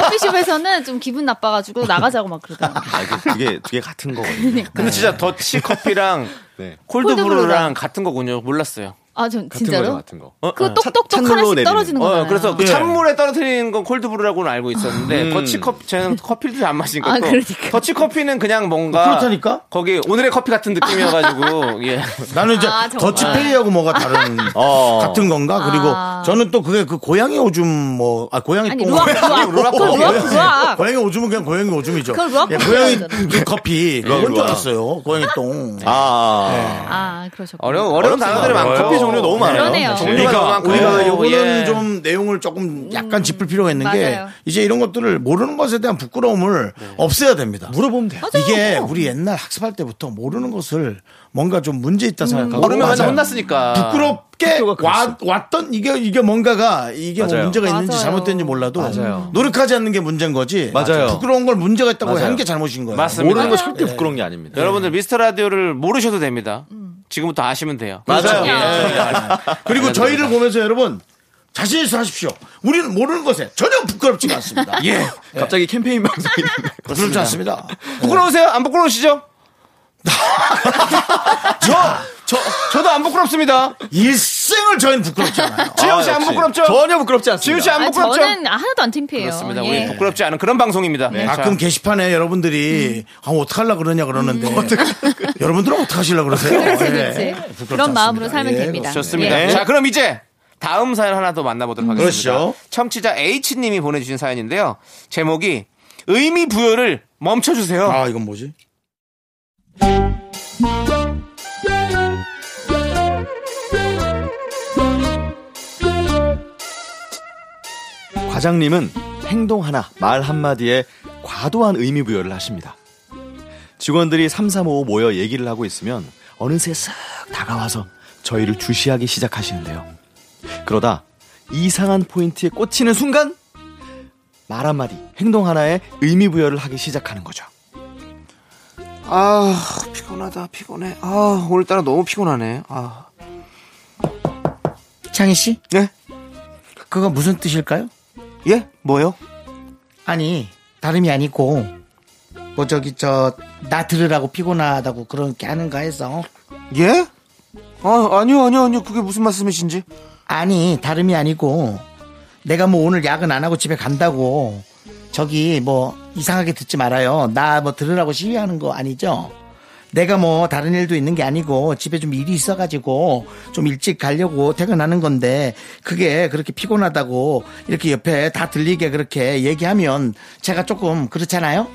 S6: 커피숍에서는 좀 기분 나빠가지고 나가자고 막 그러더라고.
S5: 아, 이게 두 개, 두 개 같은
S6: (laughs) 네.
S5: 거거든요.
S2: 근데 진짜 더치 커피랑
S5: 네.
S2: 콜드브루랑 같은 거군요. 몰랐어요.
S6: 아, 전
S5: 같은 거예요,
S6: 진짜로?
S5: 같은 거.
S6: 그
S5: 어, 찬-
S6: 똑똑똑
S5: 찬물로
S6: 하나씩
S5: 내리는.
S6: 떨어지는 거잖아요.
S2: 어, 그래서 그
S1: 예.
S2: 찬물에 떨어뜨리는 건 콜드브루라고는 알고 있었는데
S5: 음.
S2: 더치 커피 저는 커피를 잘 안 마시니까
S6: 아,
S2: 또
S6: 그러니까.
S2: 더치 커피는 그냥 뭔가
S1: 그렇다니까?
S2: 거기 오늘의 커피 같은
S6: (laughs)
S2: 느낌이어가지고 예.
S1: 나는 이제
S6: 아, 정말.
S1: 더치페리하고 뭐가
S6: (laughs)
S1: 다른
S5: 어.
S1: 같은 건가? 그리고
S6: 아.
S1: 저는 또 그게 그 고양이 오줌 뭐, 아, 고양이
S6: 아니
S1: 똥.
S6: 루아 루아 루아 루아
S1: 고양이 오줌은 그냥 고양이 오줌이죠.
S6: 그걸 루아
S1: 예,
S6: 뽕이라고
S1: 고양이
S6: 그러잖아요.
S1: 그 커피.
S5: 루아,
S1: 뭔줄
S5: 루아.
S1: 알았어요. 고양이 똥.
S5: 아,
S6: 아 그러셨군요.
S2: 어려운 어려운 단어들이 많고
S5: 커피 종류 너무 많아요.
S6: 그러네요.
S2: 종류가 너무 많고
S1: 우리가 요거는
S2: 예.
S1: 좀 내용을 조금 약간 짚을 필요가 있는 게
S6: 맞아요.
S1: 이제 이런 것들을 모르는 것에 대한 부끄러움을
S2: 네.
S1: 없애야 됩니다.
S5: 물어보면 돼요.
S6: 맞아요.
S1: 이게 우리 옛날 학습할 때부터 모르는 것을 뭔가 좀 문제
S6: 음.
S1: 있다 생각하고
S2: 모르면 맨날
S1: 어, 맞아요.
S2: 혼났으니까
S1: 부끄럽게 와, 왔던 이게 이게 뭔가가 이게 뭐
S5: 맞아요.
S1: 문제가 있는지
S6: 맞아요.
S1: 잘못된지 몰라도
S5: 맞아요.
S1: 노력하지 않는 게 문제인 거지
S5: 맞아요.
S1: 부끄러운 걸 문제가 있다고
S5: 맞아요.
S1: 한 게 잘못인 거예요.
S6: 네.
S2: 맞습니다.
S5: 모르는 거 절대 부끄러운 게 아닙니다.
S2: 여러분들 미스터 라디오를 모르셔도 됩니다.
S6: 음.
S2: 지금부터 아시면 돼요.
S5: 맞아요.
S1: 그리고 저희를 보면서 여러분 자신 있어 하십시오. 우리는 모르는 것에 전혀 부끄럽지가 않습니다.
S2: (laughs) 예.
S5: 갑자기 캠페인 방송이 됐네.
S1: 부끄럽지 않습니다.
S2: 부끄러우세요? 안 부끄러우시죠?
S1: 어, 저
S2: 저 저도 안 부끄럽습니다.
S1: 일생을 저희는 부끄럽지 않아요.
S2: 지윤 씨 안
S5: 역시.
S2: 부끄럽죠?
S5: 전혀 부끄럽지 않습니다.
S2: 지윤 씨 안
S6: 아,
S2: 부끄럽죠?
S6: 저는 하나도 안 창피해요.
S2: 그렇습니다.
S6: 예.
S2: 우리 부끄럽지 않은 그런 방송입니다. 자,
S1: 네, 가끔 게시판에 여러분들이 아 어떡하려 그러냐 그러는데 여러분들은 어떡하시려 그러세요?
S6: 그렇지,
S1: 예.
S6: 그렇지.
S1: 부끄럽지
S6: 그런 마음으로
S1: 않습니다.
S6: 살면
S1: 예,
S6: 됩니다.
S2: 좋습니다.
S5: 네.
S2: 자, 그럼 이제 다음 사연 하나 더 만나보도록 하겠습니다.
S1: 그렇죠.
S2: 청취자 H님이 보내주신 사연인데요. 제목이 의미 부여를 멈춰주세요.
S1: 아 이건 뭐지?
S5: 과장님은 행동 하나, 말 한마디에 과도한 의미 부여를 하십니다. 직원들이 3355 모여 얘기를 하고 있으면 어느새 쓱 다가와서 저희를 주시하기 시작하시는데요. 그러다 이상한 포인트에 꽂히는 순간 말 한마디, 행동 하나에 의미 부여를 하기 시작하는 거죠.
S2: 아 피곤하다 피곤해. 아 오늘따라 너무 피곤하네. 아
S1: 창희 씨,
S2: 예?
S1: 그거 무슨 뜻일까요?
S2: 예? 뭐요?
S1: 아니 다름이 아니고 뭐 저기 저 나 들으라고 피곤하다고 그런 게 하는가 해서
S2: 예? 아 아니요 아니요 아니요 그게 무슨 말씀이신지.
S1: 아니 다름이 아니고 내가 뭐 오늘 야근 안 하고 집에 간다고 저기 뭐 이상하게 듣지 말아요 나 뭐 들으라고 시위하는 거 아니죠 내가 뭐 다른 일도 있는 게 아니고 집에 좀 일이 있어가지고 좀 일찍 가려고 퇴근하는 건데 그게 그렇게 피곤하다고 이렇게 옆에 다 들리게 그렇게 얘기하면 제가 조금 그렇잖아요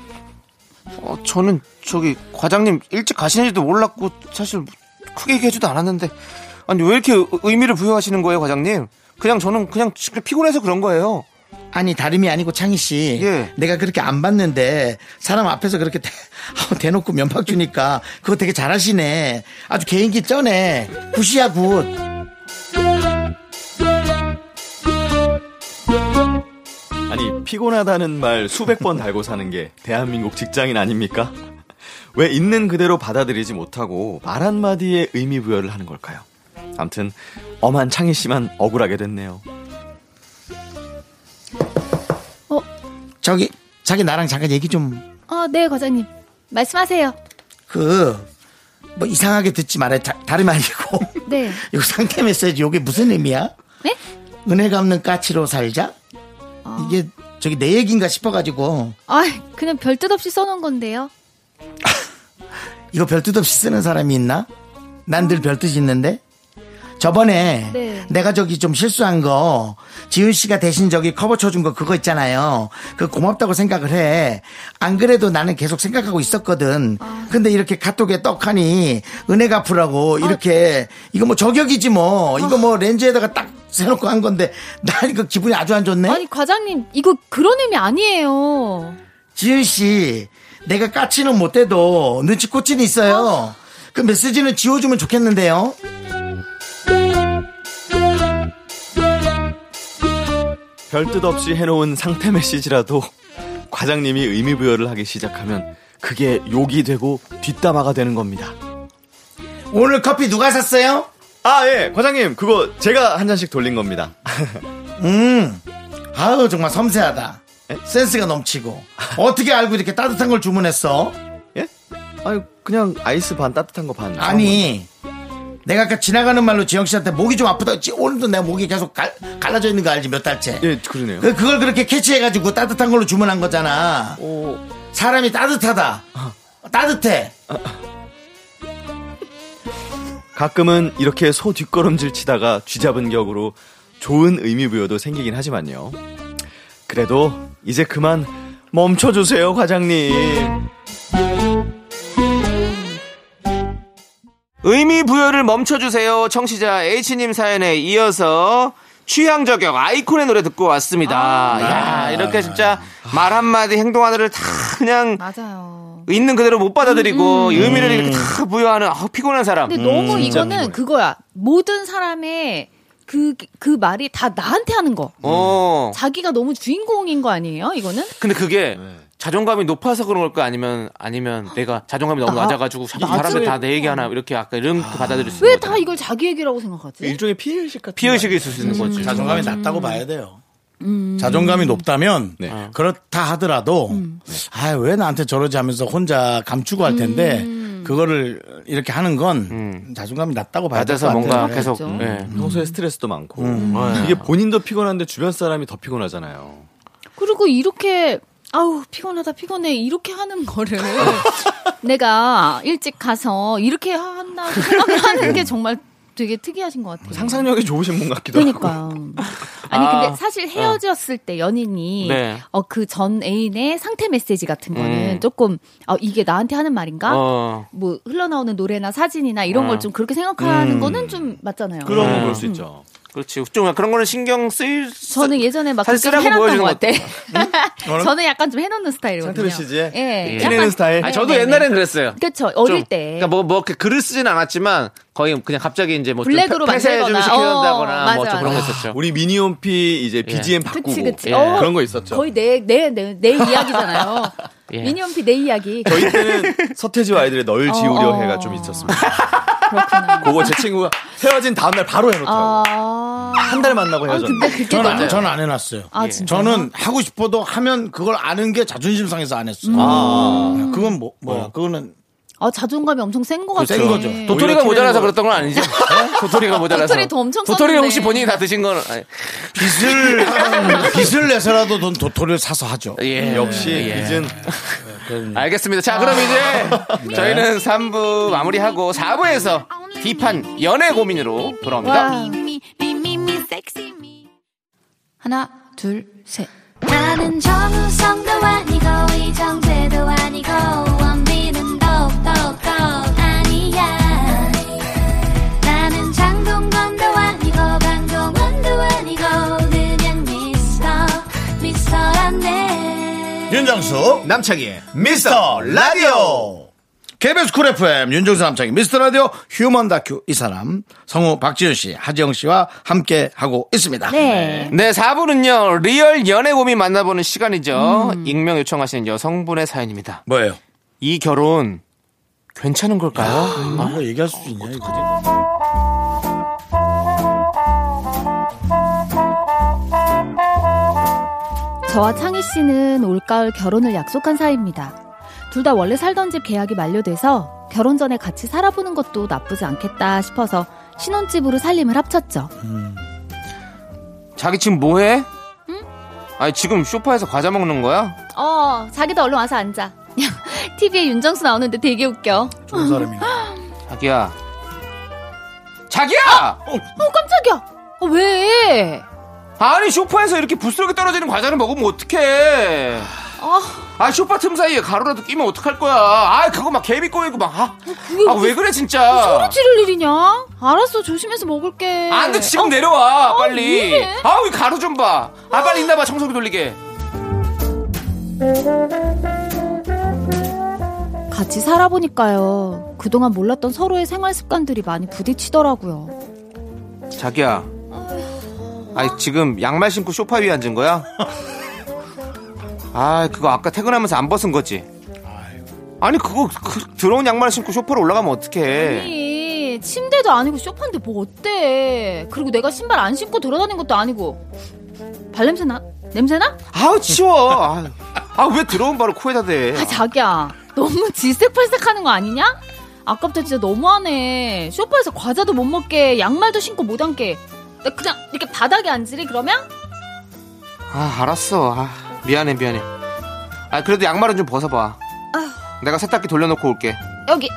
S2: 어, 저는 저기 과장님 일찍 가시는지도 몰랐고 사실 크게 얘기하지도 않았는데 아니 왜 이렇게 의- 의미를 부여하시는 거예요 과장님? 그냥 저는 그냥 진짜 피곤해서 그런 거예요.
S1: 아니 다름이 아니고 창희 씨
S2: 예.
S1: 내가 그렇게 안 봤는데 사람 앞에서 그렇게 대, (laughs) 아우, 대놓고 면박 주니까 그거 되게 잘하시네 아주 개인기 쩌네 굿이야 굿
S5: 아니 피곤하다는 말 수백 번 달고 사는 게 대한민국 직장인 아닙니까? 왜 있는 그대로 받아들이지 못하고 말 한마디에 의미 부여를 하는 걸까요? 암튼 엄한 창희 씨만 억울하게 됐네요.
S1: 저기 자기 나랑 잠깐 얘기
S6: 아, 네 과장님 말씀하세요.
S1: 좀 그 뭐 이상하게 듣지 말아요 다, 다름이 아니고
S6: 네.
S1: 이거 상태 메시지 이게 무슨 의미야
S6: 네?
S1: 은혜 갚는 까치로 살자 이게 저기 내 얘기인가 싶어가지고
S6: 아, 그냥 별 뜻 없이 써놓은 건데요.
S1: 이거 별뜻 없이 쓰는 사람이 있나? 난 늘 별뜻 있는데? 저번에
S6: 네.
S1: 내가 저기 좀 실수한 거 지윤 씨가 대신 저기 커버 쳐준 거 그거 있잖아요. 그 고맙다고 생각을 해. 안 그래도 나는 계속 생각하고 있었거든.
S6: 아.
S1: 근데 이렇게 카톡에 떡하니 은혜 갚으라고 이렇게 이거 뭐 저격이지 뭐 이거
S6: 아.
S1: 뭐 렌즈에다가 딱 세놓고 한 건데 난 이거 기분이 아주 안 좋네.
S6: 아니, 과장님, 이거 그런 의미 아니에요.
S1: 지윤 씨, 내가 까치는 못해도 눈치 코치는 있어요. 그 메시지는 지워주면 좋겠는데요.
S5: 별뜻 없이 해놓은 상태 메시지라도 과장님이 의미 부여를 하기 시작하면 그게 욕이 되고 뒷담화가 되는 겁니다.
S1: 오늘 커피 누가 샀어요?
S5: 아, 예. 과장님, 그거 제가 한 잔씩 돌린 겁니다.
S1: 음, 아우 정말 섬세하다.
S5: (laughs)
S1: 센스가 넘치고 어떻게 알고 이렇게 따뜻한 걸 주문했어?
S5: 예? 아니, 그냥 아이스 반 따뜻한 거 반.
S1: 아니, 내가 아까 지나가는 말로 지영 씨한테 목이 좀 아프다. 했지? 오늘도 내 목이 계속 갈, 갈라져 있는 거 알지 몇 달째.
S5: 예, 그러네요.
S1: 그- 그걸 그렇게 캐치해가지고 따뜻한 걸로 주문한 거잖아.
S5: 오, 어.
S1: 사람이 따뜻하다. 따뜻해.
S5: 가끔은 이렇게 소 뒷걸음질 치다가 쥐잡은 격으로 좋은 의미 부여도 생기긴 하지만요. 그래도 이제 그만 멈춰주세요, 과장님.
S2: 의미 부여를 멈춰주세요. 청취자 H님 사연에 이어서 취향 저격 아이콘의 노래 듣고
S6: 아,
S2: 왔습니다.
S6: 네.
S2: 야 이렇게 진짜 말 한마디 행동 하나를 다 그냥
S6: 맞아요.
S2: 있는 그대로 못 받아들이고 의미를 이렇게 다 부여하는 아, 피곤한 사람.
S6: 음,
S1: 음,
S6: 근데 너무 이거는 그거야. 모든 사람의 그, 그 말이 다 나한테 하는 거.
S2: 어.
S6: 자기가 너무 주인공인 거 아니에요, 이거는?
S2: 근데 그게
S6: 네.
S2: 자존감이 높아서 그런 걸까 아니면 아니면 내가 자존감이 너무
S6: 나-
S2: 낮아가지고 자꾸
S6: 낮아요. 음.
S2: 사람들 다 내 얘기 하나 이렇게 아까 이런 거 받아들일 수
S6: 왜
S2: 있는
S6: 다 이걸 자기 얘기라고 생각하지?
S5: 일종의 피해의식 같은.
S2: 피의식이 있을 수
S6: 음.
S2: 있는 거지.
S1: 자존감이 낮다고 봐야 돼요. 음. 자존감이 높다면 아,
S5: 네.
S1: 그렇다 하더라도 아 왜 나한테 저러지 하면서 혼자 감추고 할 텐데 그거를 이렇게 하는 건 자존감이 음. 낮다고 봐야 될것
S2: 낮아서
S1: 같아요.
S2: 뭔가 계속
S6: 그렇죠.
S2: 예.
S5: 평소에 스트레스도 많고.
S2: 음.
S5: 이게 본인도 피곤한데 주변 사람이 더 피곤하잖아요.
S6: 그리고 이렇게 아우 피곤하다 피곤해 이렇게
S2: (laughs)
S6: 하는 거를 내가 일찍 가서 이렇게 한다
S2: (laughs)
S6: 생각을 하는 게 정말 되게 특이하신 것 같아요.
S5: 상상력이 좋으신 분 같기도 하고.
S6: 그러니까요. 아니
S2: 아,
S6: 근데 사실 헤어졌을 때 연인이
S2: 네.
S6: 어 그 전 애인의 상태 메시지 같은 거는
S2: 음.
S6: 조금 어 이게 나한테 하는 말인가?
S2: 어. 아.
S6: 뭐 흘러나오는 노래나 사진이나 이런 걸 좀 그렇게
S2: 음.
S6: 생각하는 거는 좀 맞잖아요.
S5: 그런 건 그럴 수 있죠.
S2: 그렇지. 좀 그런 거는 신경 쓰일 수-
S6: 저는 예전에 막
S2: 사실
S6: 그렇게
S2: 쓰라고
S6: 해놨던
S2: 보여주는
S6: 것 같아. (laughs)
S1: 뭐라?
S6: 저는 약간 좀 해놓는 스타일이거든요.
S5: 상태 메시지에?
S6: 예.
S2: 예.
S5: 피내는 스타일.
S2: 아, 저도
S6: 네, 네,
S2: 옛날엔 그랬어요.
S6: 그렇죠. 어릴
S2: 좀,
S6: 때.
S2: 그러니까 뭐, 뭐, 이렇게 글을 쓰진 않았지만, 거의 그냥 갑자기 이제 뭐,
S6: 블랙으로
S2: 폐쇄 좀
S6: 만들거나. 어,
S2: 시켜준다거나, 뭐,
S6: 맞아,
S2: 좀 그런 거
S6: 맞아.
S2: 있었죠.
S5: 우리 미니홈피 이제 BGM 바꾸고
S6: 그치, 그치.
S2: 예.
S6: 어,
S5: 그런 거 있었죠.
S6: 거의 내, 내, 내, 내 이야기잖아요.
S2: 예.
S6: 미니홈피 내 이야기.
S5: 저희 때는 서태지와 아이들의 널 지우려
S6: 어.
S5: 해가 좀 있었습니다.
S6: 그렇구나.
S5: 그거 제 친구가 헤어진 다음날 바로 해놓더라고요.
S6: 아.
S5: 한 달 만나고
S6: 아, 근데
S5: 헤어졌는데.
S6: 그게
S1: 저는
S6: 너무.
S1: 안, 저는 안 해놨어요.
S6: 아, 진짜.
S1: 저는 하고 싶어도 하면 그걸 아는 게 자존심 상해서 안 했어요. 그건 뭐, 뭐야? 그거는
S6: 아, 자존감이 엄청 센 것 같아.
S1: 센 거죠.
S2: 예. 도토리가
S1: 오히려
S5: 뭐
S2: 모자라서
S1: 티내는
S2: 그랬던
S5: (laughs)
S2: 건 아니죠? 네? 도토리가 모자라서.
S6: 도토리 더 엄청
S2: 도토리를
S6: 썼는데.
S2: 혹시 본인이 다 드신 건, 아니,
S1: 빚을 (laughs) 빚을 내서라도 돈 도토리를 사서 하죠.
S2: 예.
S5: 음, 역시 음. 이젠
S2: 알겠습니다. 자, 그럼
S5: (laughs)
S2: 이제
S5: 네.
S2: 저희는 3부 마무리하고 4부에서 비판 연애 고민으로 돌아옵니다.
S6: 와.
S3: me, me, me, me, sexy me.
S6: 하나, 둘, 셋.
S3: 나는 정우성도 아니고 이정재도 아니고 원빈은 더욱더 아니야 나는 장동건도 아니고 강동원도 아니고 그냥 미스터 미스터란데
S1: 윤정수 남창희의 미스터 라디오 KBS 쿨 FM 윤정수 남창희 미스터 라디오 휴먼 다큐 이 사람 성우 박지윤 씨 하지영 씨와 함께 하고 있습니다
S6: 네.
S2: 네, 4부는요, 리얼 연애 고민 만나보는 시간이죠. 익명 요청하시는 여성분의 사연입니다.
S1: 뭐예요?
S2: 이 결혼, 괜찮은 걸까요?
S1: 아, 이거 얘기할 수 있냐 이거
S6: 저와 창희 씨는 올가을 결혼을 약속한 사이입니다. 둘 다 원래 살던 집 계약이 만료돼서 결혼 전에 같이 살아보는 것도 나쁘지 않겠다 싶어서 신혼집으로 살림을 합쳤죠.
S2: 자기 지금 뭐해? 뭐 아니 지금 쇼파에서 과자 먹는 거야?
S6: 어, 자기도 얼른 와서 앉아. (laughs) TV에 윤정수 나오는데 되게 웃겨.
S1: 좋은 사람이네.
S2: 자기야. 자기야!
S6: 어, 깜짝이야. 어, 왜?
S2: 아니 쇼파에서 이렇게 부스러기 떨어지는 과자를 먹으면 어떡해?
S6: 아,
S2: 아 쇼파 틈 사이에 가루라도 끼면 어떡할 거야? 아 그거 막 개미 꼬이고 막아왜
S6: 그게
S2: 그래 진짜?
S6: 소리 지를 일이냐? 알았어, 조심해서 먹을게.
S2: 안돼 아, 지금 내려와
S6: 왜
S2: 빨리.
S6: 이래?
S2: 아우 이 가루 좀 봐. 아 빨리 있나봐 청소기 돌리게.
S6: 같이 살아보니까요. 그동안 몰랐던 서로의 생활 습관들이 많이 부딪히더라고요.
S2: 자기야. 아니 지금 양말 신고 쇼파 위에 앉은 거야? 아 그거 아까 퇴근하면서 안 벗은 거지? 아니 그거 그, 더러운 양말 신고 쇼파로 올라가면 어떡해?
S6: 아니, 침대도 아니고 쇼파인데 뭐 어때? 그리고 내가 신발 안 신고 돌아다닌 것도 아니고. 발냄새 나? 냄새나?
S2: 아우 치워. 아왜 더러운 바로 코에다 대?
S6: 아, 자기야. 너무 질색팔색 하는 거 아니냐? 아까부터 진짜 너무하네. 쇼파에서 과자도 못 먹게, 양말도 신고 못 앉게. 나 그냥 이렇게 바닥에 앉으리, 그러면?
S2: 아 알았어. 아, 미안해 미안해. 아 그래도 양말은 좀 벗어봐. 내가 세탁기 돌려놓고 올게.
S6: 여기.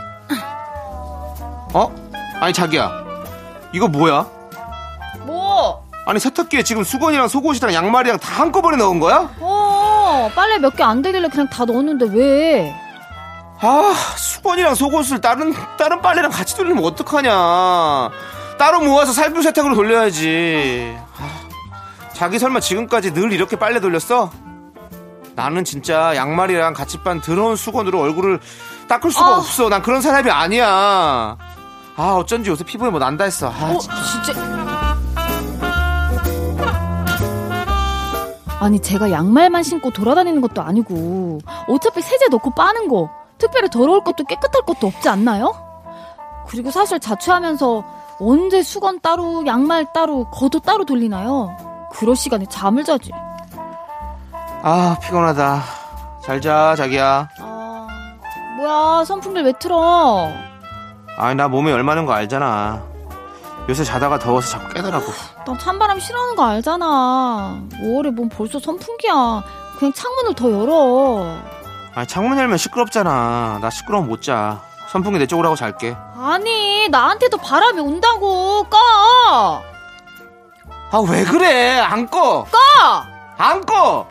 S2: 어? 아니 자기야. 이거 뭐야?
S6: 뭐?
S2: 아니 세탁기에 지금 수건이랑 속옷이랑 양말이랑 다 한꺼번에 넣은 거야?
S6: 어, 빨래 몇 개 안 되길래 그냥 다 넣었는데 왜?
S2: 아 수건이랑 속옷을 다른 다른 빨래랑 같이 돌리면 어떡하냐 따로 모아서 살균 세탁으로 돌려야지 아, 자기 설마 지금까지 늘 이렇게 빨래 돌렸어? 나는 진짜 양말이랑 같이 빤 더러운 수건으로 얼굴을 닦을 수가
S6: 아.
S2: 없어 난 그런 사람이 아니야 아 어쩐지 요새 피부에 뭐 난다 했어 아,
S6: 어,
S2: 진-
S6: 진짜. 아니, 제가 양말만 신고 돌아다니는 것도 아니고, 어차피 세제 넣고 빠는 거, 특별히 더러울 것도 깨끗할 것도 없지 않나요? 그리고 사실 자취하면서 언제 수건 따로, 양말 따로, 겉옷 따로 돌리나요? 그럴 시간에 잠을 자지.
S2: 아 피곤하다 잘 자 자기야
S6: 아, 뭐야, 선풍기를 왜 틀어?
S2: 아니 나 몸에 열 많은 거 알잖아 요새 자다가 더워서 자꾸 깨더라고
S6: 나 찬바람 싫어하는 거 알잖아. 5월에 뭔 벌써 선풍기야. 그냥 창문을 더 열어.
S2: 아니 창문 열면 시끄럽잖아. 나 시끄러우면 못 자. 선풍기 내 쪽으로 하고 잘게.
S6: 아니 나한테도 바람이 온다고 꺼!
S2: 아 왜 그래? 안 꺼.
S6: 꺼! 아
S2: 안 꺼.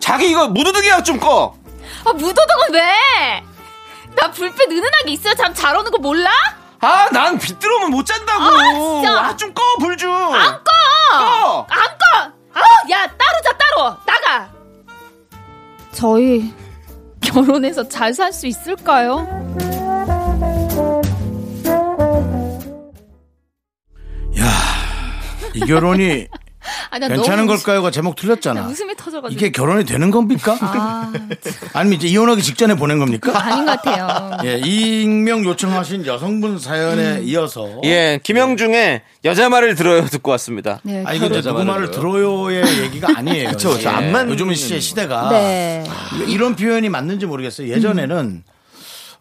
S2: 자기 이거 무드등이야 좀 꺼.
S6: 무도덕은 왜? 나 불빛 은은하게 있어야 잠 잘 오는 거 몰라?
S2: 아 난 빛 들어오면 못 잔다고.
S6: 아, 진짜.
S2: 아좀 꺼 불 좀. 안
S6: 꺼!
S2: 꺼.
S6: 안 꺼! 아, 야 따로 자 따로 나가! 저희 결혼해서 잘 살 수 있을까요?
S1: 이 결혼이
S6: 아, 나
S1: 괜찮은
S6: (laughs) 너무
S1: 걸까요가 제목
S6: 웃음-
S1: 틀렸잖아.
S6: 웃음이 터져가지고
S1: 이게 결혼이 되는 겁니까?
S6: 아
S1: 아니면 이제 이혼하기 직전에 보낸 겁니까?
S6: 아닌 것 같아요 음.
S1: 예, 이 익명 요청하신 여성분 사연에 이어서
S2: 예 김영중의 여자 말을 들어요 듣고 왔습니다.
S6: 네,
S1: 아니 근데 누구 말을 들어요의 얘기가 아니에요. 그렇죠. 안 맞는 요즘 시대 시대가
S6: 네.
S1: 이런 표현이 맞는지 모르겠어요. 예전에는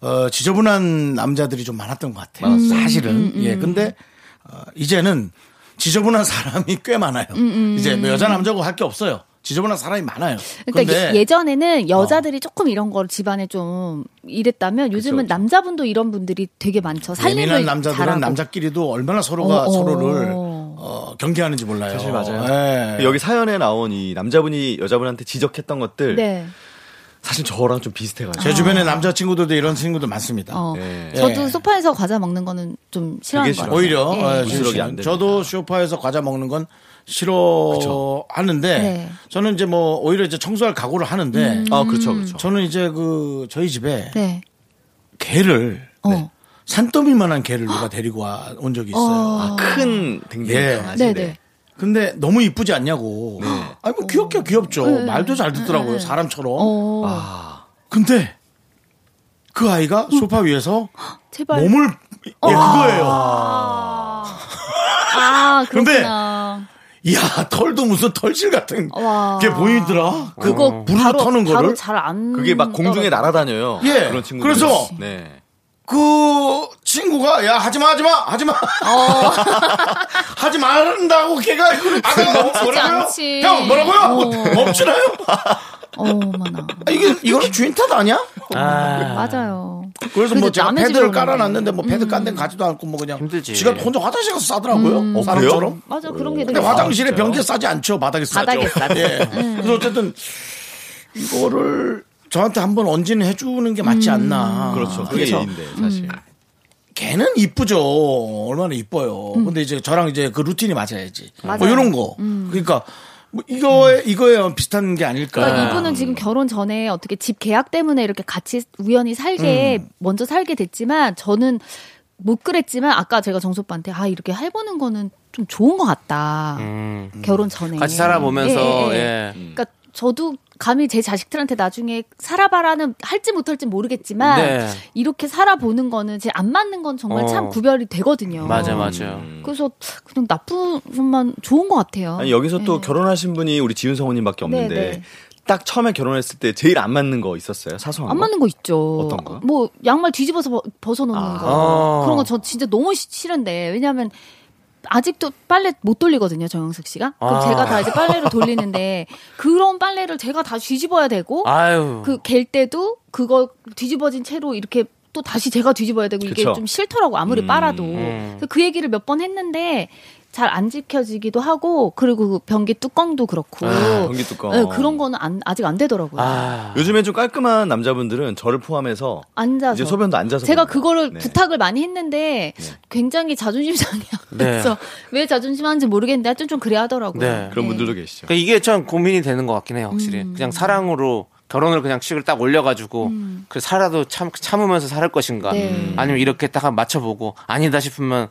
S1: 어, 지저분한 남자들이 좀 많았던 것 같아요. 사실은
S6: 음,
S1: 예. 근데 어, 이제는 지저분한 사람이 꽤 많아요.
S6: 음,
S1: 이제 뭐 여자 남자고 할 게 없어요. 지저분한 사람이 많아요.
S6: 그러니까
S1: 근데 어.
S6: 예- 예전에는 여자들이 조금 이런 거를 집안에 좀 이랬다면 요즘은 남자분도 이런 분들이 되게 많죠. 살림을
S1: 예민한 남자들은
S6: 잘하고.
S1: 남자끼리도 얼마나 서로가
S6: 어, 어.
S1: 서로를 어, 경계하는지 몰라요.
S5: 사실 맞아요.
S1: 예.
S5: 그 여기 사연에 나온 이 남자분이 여자분한테 지적했던 것들
S6: 네.
S5: 사실 저랑 좀 비슷해가지고
S1: 제 주변에 남자 친구들도 이런 친구들 많습니다.
S6: 아. 어.
S5: 예.
S6: 저도
S1: 예.
S6: 소파에서 과자 먹는 거는 좀 싫어하는
S5: 되게
S6: 거
S5: 싫어요.
S6: 같아요.
S1: 오히려
S6: 예.
S1: 예, 지금
S5: 부스러기 네. 안 됩니다.
S1: 저도 쇼파에서 과자 먹는 건
S5: 그렇죠.
S1: 싫어하는데
S6: 네.
S1: 저는 이제 뭐 오히려 이제 청소할 각오를 하는데
S5: 아 그렇죠 그렇죠
S1: 음. 저는 이제 그 저희 집에
S6: 네.
S1: 개를 네,
S6: 어.
S1: 산더미만한 개를 누가 데리고 와- 온 적이 있어요.
S5: 큰 댕댕이
S1: 예.
S5: 강아지
S6: 네,
S5: 네.
S6: 네.
S1: 근데 너무 이쁘지 않냐고. 아니 뭐
S5: 어.
S1: 귀엽게 귀엽죠.
S5: 네.
S1: 말도 잘 듣더라고요. 사람처럼.
S6: 어.
S1: 아. 근데 그 아이가 소파 위에서
S6: 제발.
S1: 몸을 예,
S5: 어.
S1: 그거예요.
S6: 아,
S1: 근데-
S6: 그렇구나.
S1: 이야 털도 무슨 털실 같은
S6: 와.
S1: 게 보이더라. 그
S6: 아. 그거
S1: 물을
S6: 바로,
S1: 터는
S6: 바로
S1: 거를.
S6: 잘안
S5: 그게 막 공중에 날아다녀요
S1: 예.
S5: 그런 친구들
S1: 그래서
S5: 네.
S1: 그 친구가 야 하지마 하지마 하지마
S6: 어.
S1: (laughs) 하지 말한다고 걔가 그걸 받아가고 뭐라고요?
S6: 않지.
S1: 형 뭐라고요?
S6: 어.
S1: 멈추나요?
S6: 어머나.
S1: 아, 이게 이거는 주인 탓 아니야?
S6: 맞아요.
S1: 그래서 뭐
S6: 그래도
S1: 제가
S6: 남의 집에
S1: 패드를
S6: 오는 음.
S1: 깔아놨는데 뭐 패드 깐 데는 가지도 않고 뭐 그냥
S2: 힘들지.
S1: 지가 혼자 화장실 가서 싸더라고요
S5: 어,
S1: 사람처럼.
S6: 맞아 음. 그런 게
S1: 근데
S6: 되게
S1: 화장실에 변기 싸지 않죠 바닥에 싸죠.
S6: 바닥에 싸죠. 음.
S1: 예. 그래서 어쨌든 이거를 저한테 한번 언지는 해주는 게
S6: 음.
S1: 맞지 않나.
S5: 그렇죠. 그게
S1: 그래서
S5: 예인데 사실.
S6: 아,
S1: 걔는 이쁘죠. 얼마나 이뻐요. 근데 이제 저랑 이제 그 루틴이 맞아야지. 뭐
S6: 음. 맞아요. 음.
S1: 이런 거. 그러니까 뭐 이거에 이거에 비슷한 게 아닐까.
S6: 그러니까 이분은 지금 결혼 전에 어떻게 집 계약 때문에 이렇게 같이 우연히 살게
S1: 음.
S6: 먼저 살게 됐지만 저는 못 그랬지만 아까 제가 정수 오빠한테 아 이렇게 해보는 거는 좀 좋은 것 같다
S1: 음.
S6: 결혼 전에
S2: 음. 같이 살아보면서, 예.
S6: 그러니까 저도 감히 제 자식들한테 나중에 살아봐라는 할지 못할지 모르겠지만
S2: 네.
S6: 이렇게 살아보는 거는 제 안 맞는 건 정말
S2: 어.
S6: 참 구별이 되거든요.
S2: 맞아, 맞아요.
S6: 그래서 그냥 나쁜 것만 좋은 것 같아요.
S5: 음. 아니 여기서 또
S6: 네.
S5: 결혼하신 분이 우리 지윤 성우님밖에 없는데
S6: 네, 네.
S5: 딱 처음에 결혼했을 때 제일 안 맞는 거 있었어요? 사소한
S6: 안
S5: 거?
S6: 맞는 거 있죠.
S5: 어떤 거?
S6: 뭐 양말 뒤집어서 벗- 벗어놓는
S5: 아.
S6: 거 그런 거 저 진짜 너무 시- 싫은데 왜냐하면 아직도 빨래 못 돌리거든요 정영석 씨가. 그럼
S2: 아.
S6: 제가 다 이제 빨래를 돌리는데 그런 빨래를 제가 다 뒤집어야 되고
S2: 아유.
S6: 그 갤 때도 그거 뒤집어진 채로 이렇게 또 다시 제가 뒤집어야 되고 이게
S5: 그쵸.
S6: 좀 싫더라고 아무리 빨아도
S2: 음.
S6: 그래서 그 얘기를 몇 번 했는데 잘 안 지켜지기도 하고 그리고 그 변기 뚜껑도 그렇고
S5: 아, 변기 뚜껑.
S6: 네, 그런 거는 안- 아직 안 되더라고요.
S2: 아.
S5: 요즘에 좀 깔끔한 남자분들은 저를 포함해서
S6: 앉아서
S5: 이제 소변도 앉아서
S6: 제가
S5: 보는 거예요.
S6: 그거를
S5: 네.
S6: 부탁을 많이 했는데 굉장히 자존심
S5: 네.
S6: 상해서 (laughs) 왜 자존심 하는지 모르겠는데 하여튼 좀 그래 하더라고요.
S2: 네.
S5: 그런 분들도 계시죠.
S2: 그러니까 이게 참 고민이 되는 것 같긴 해요, 확실히.
S6: 음.
S2: 그냥 사랑으로 결혼을 그냥 식을 딱 올려가지고 그 살아도 참 참으면서 살 것인가,
S6: 음. 네.
S2: 아니면 이렇게 딱 한번 맞춰보고 아니다 싶으면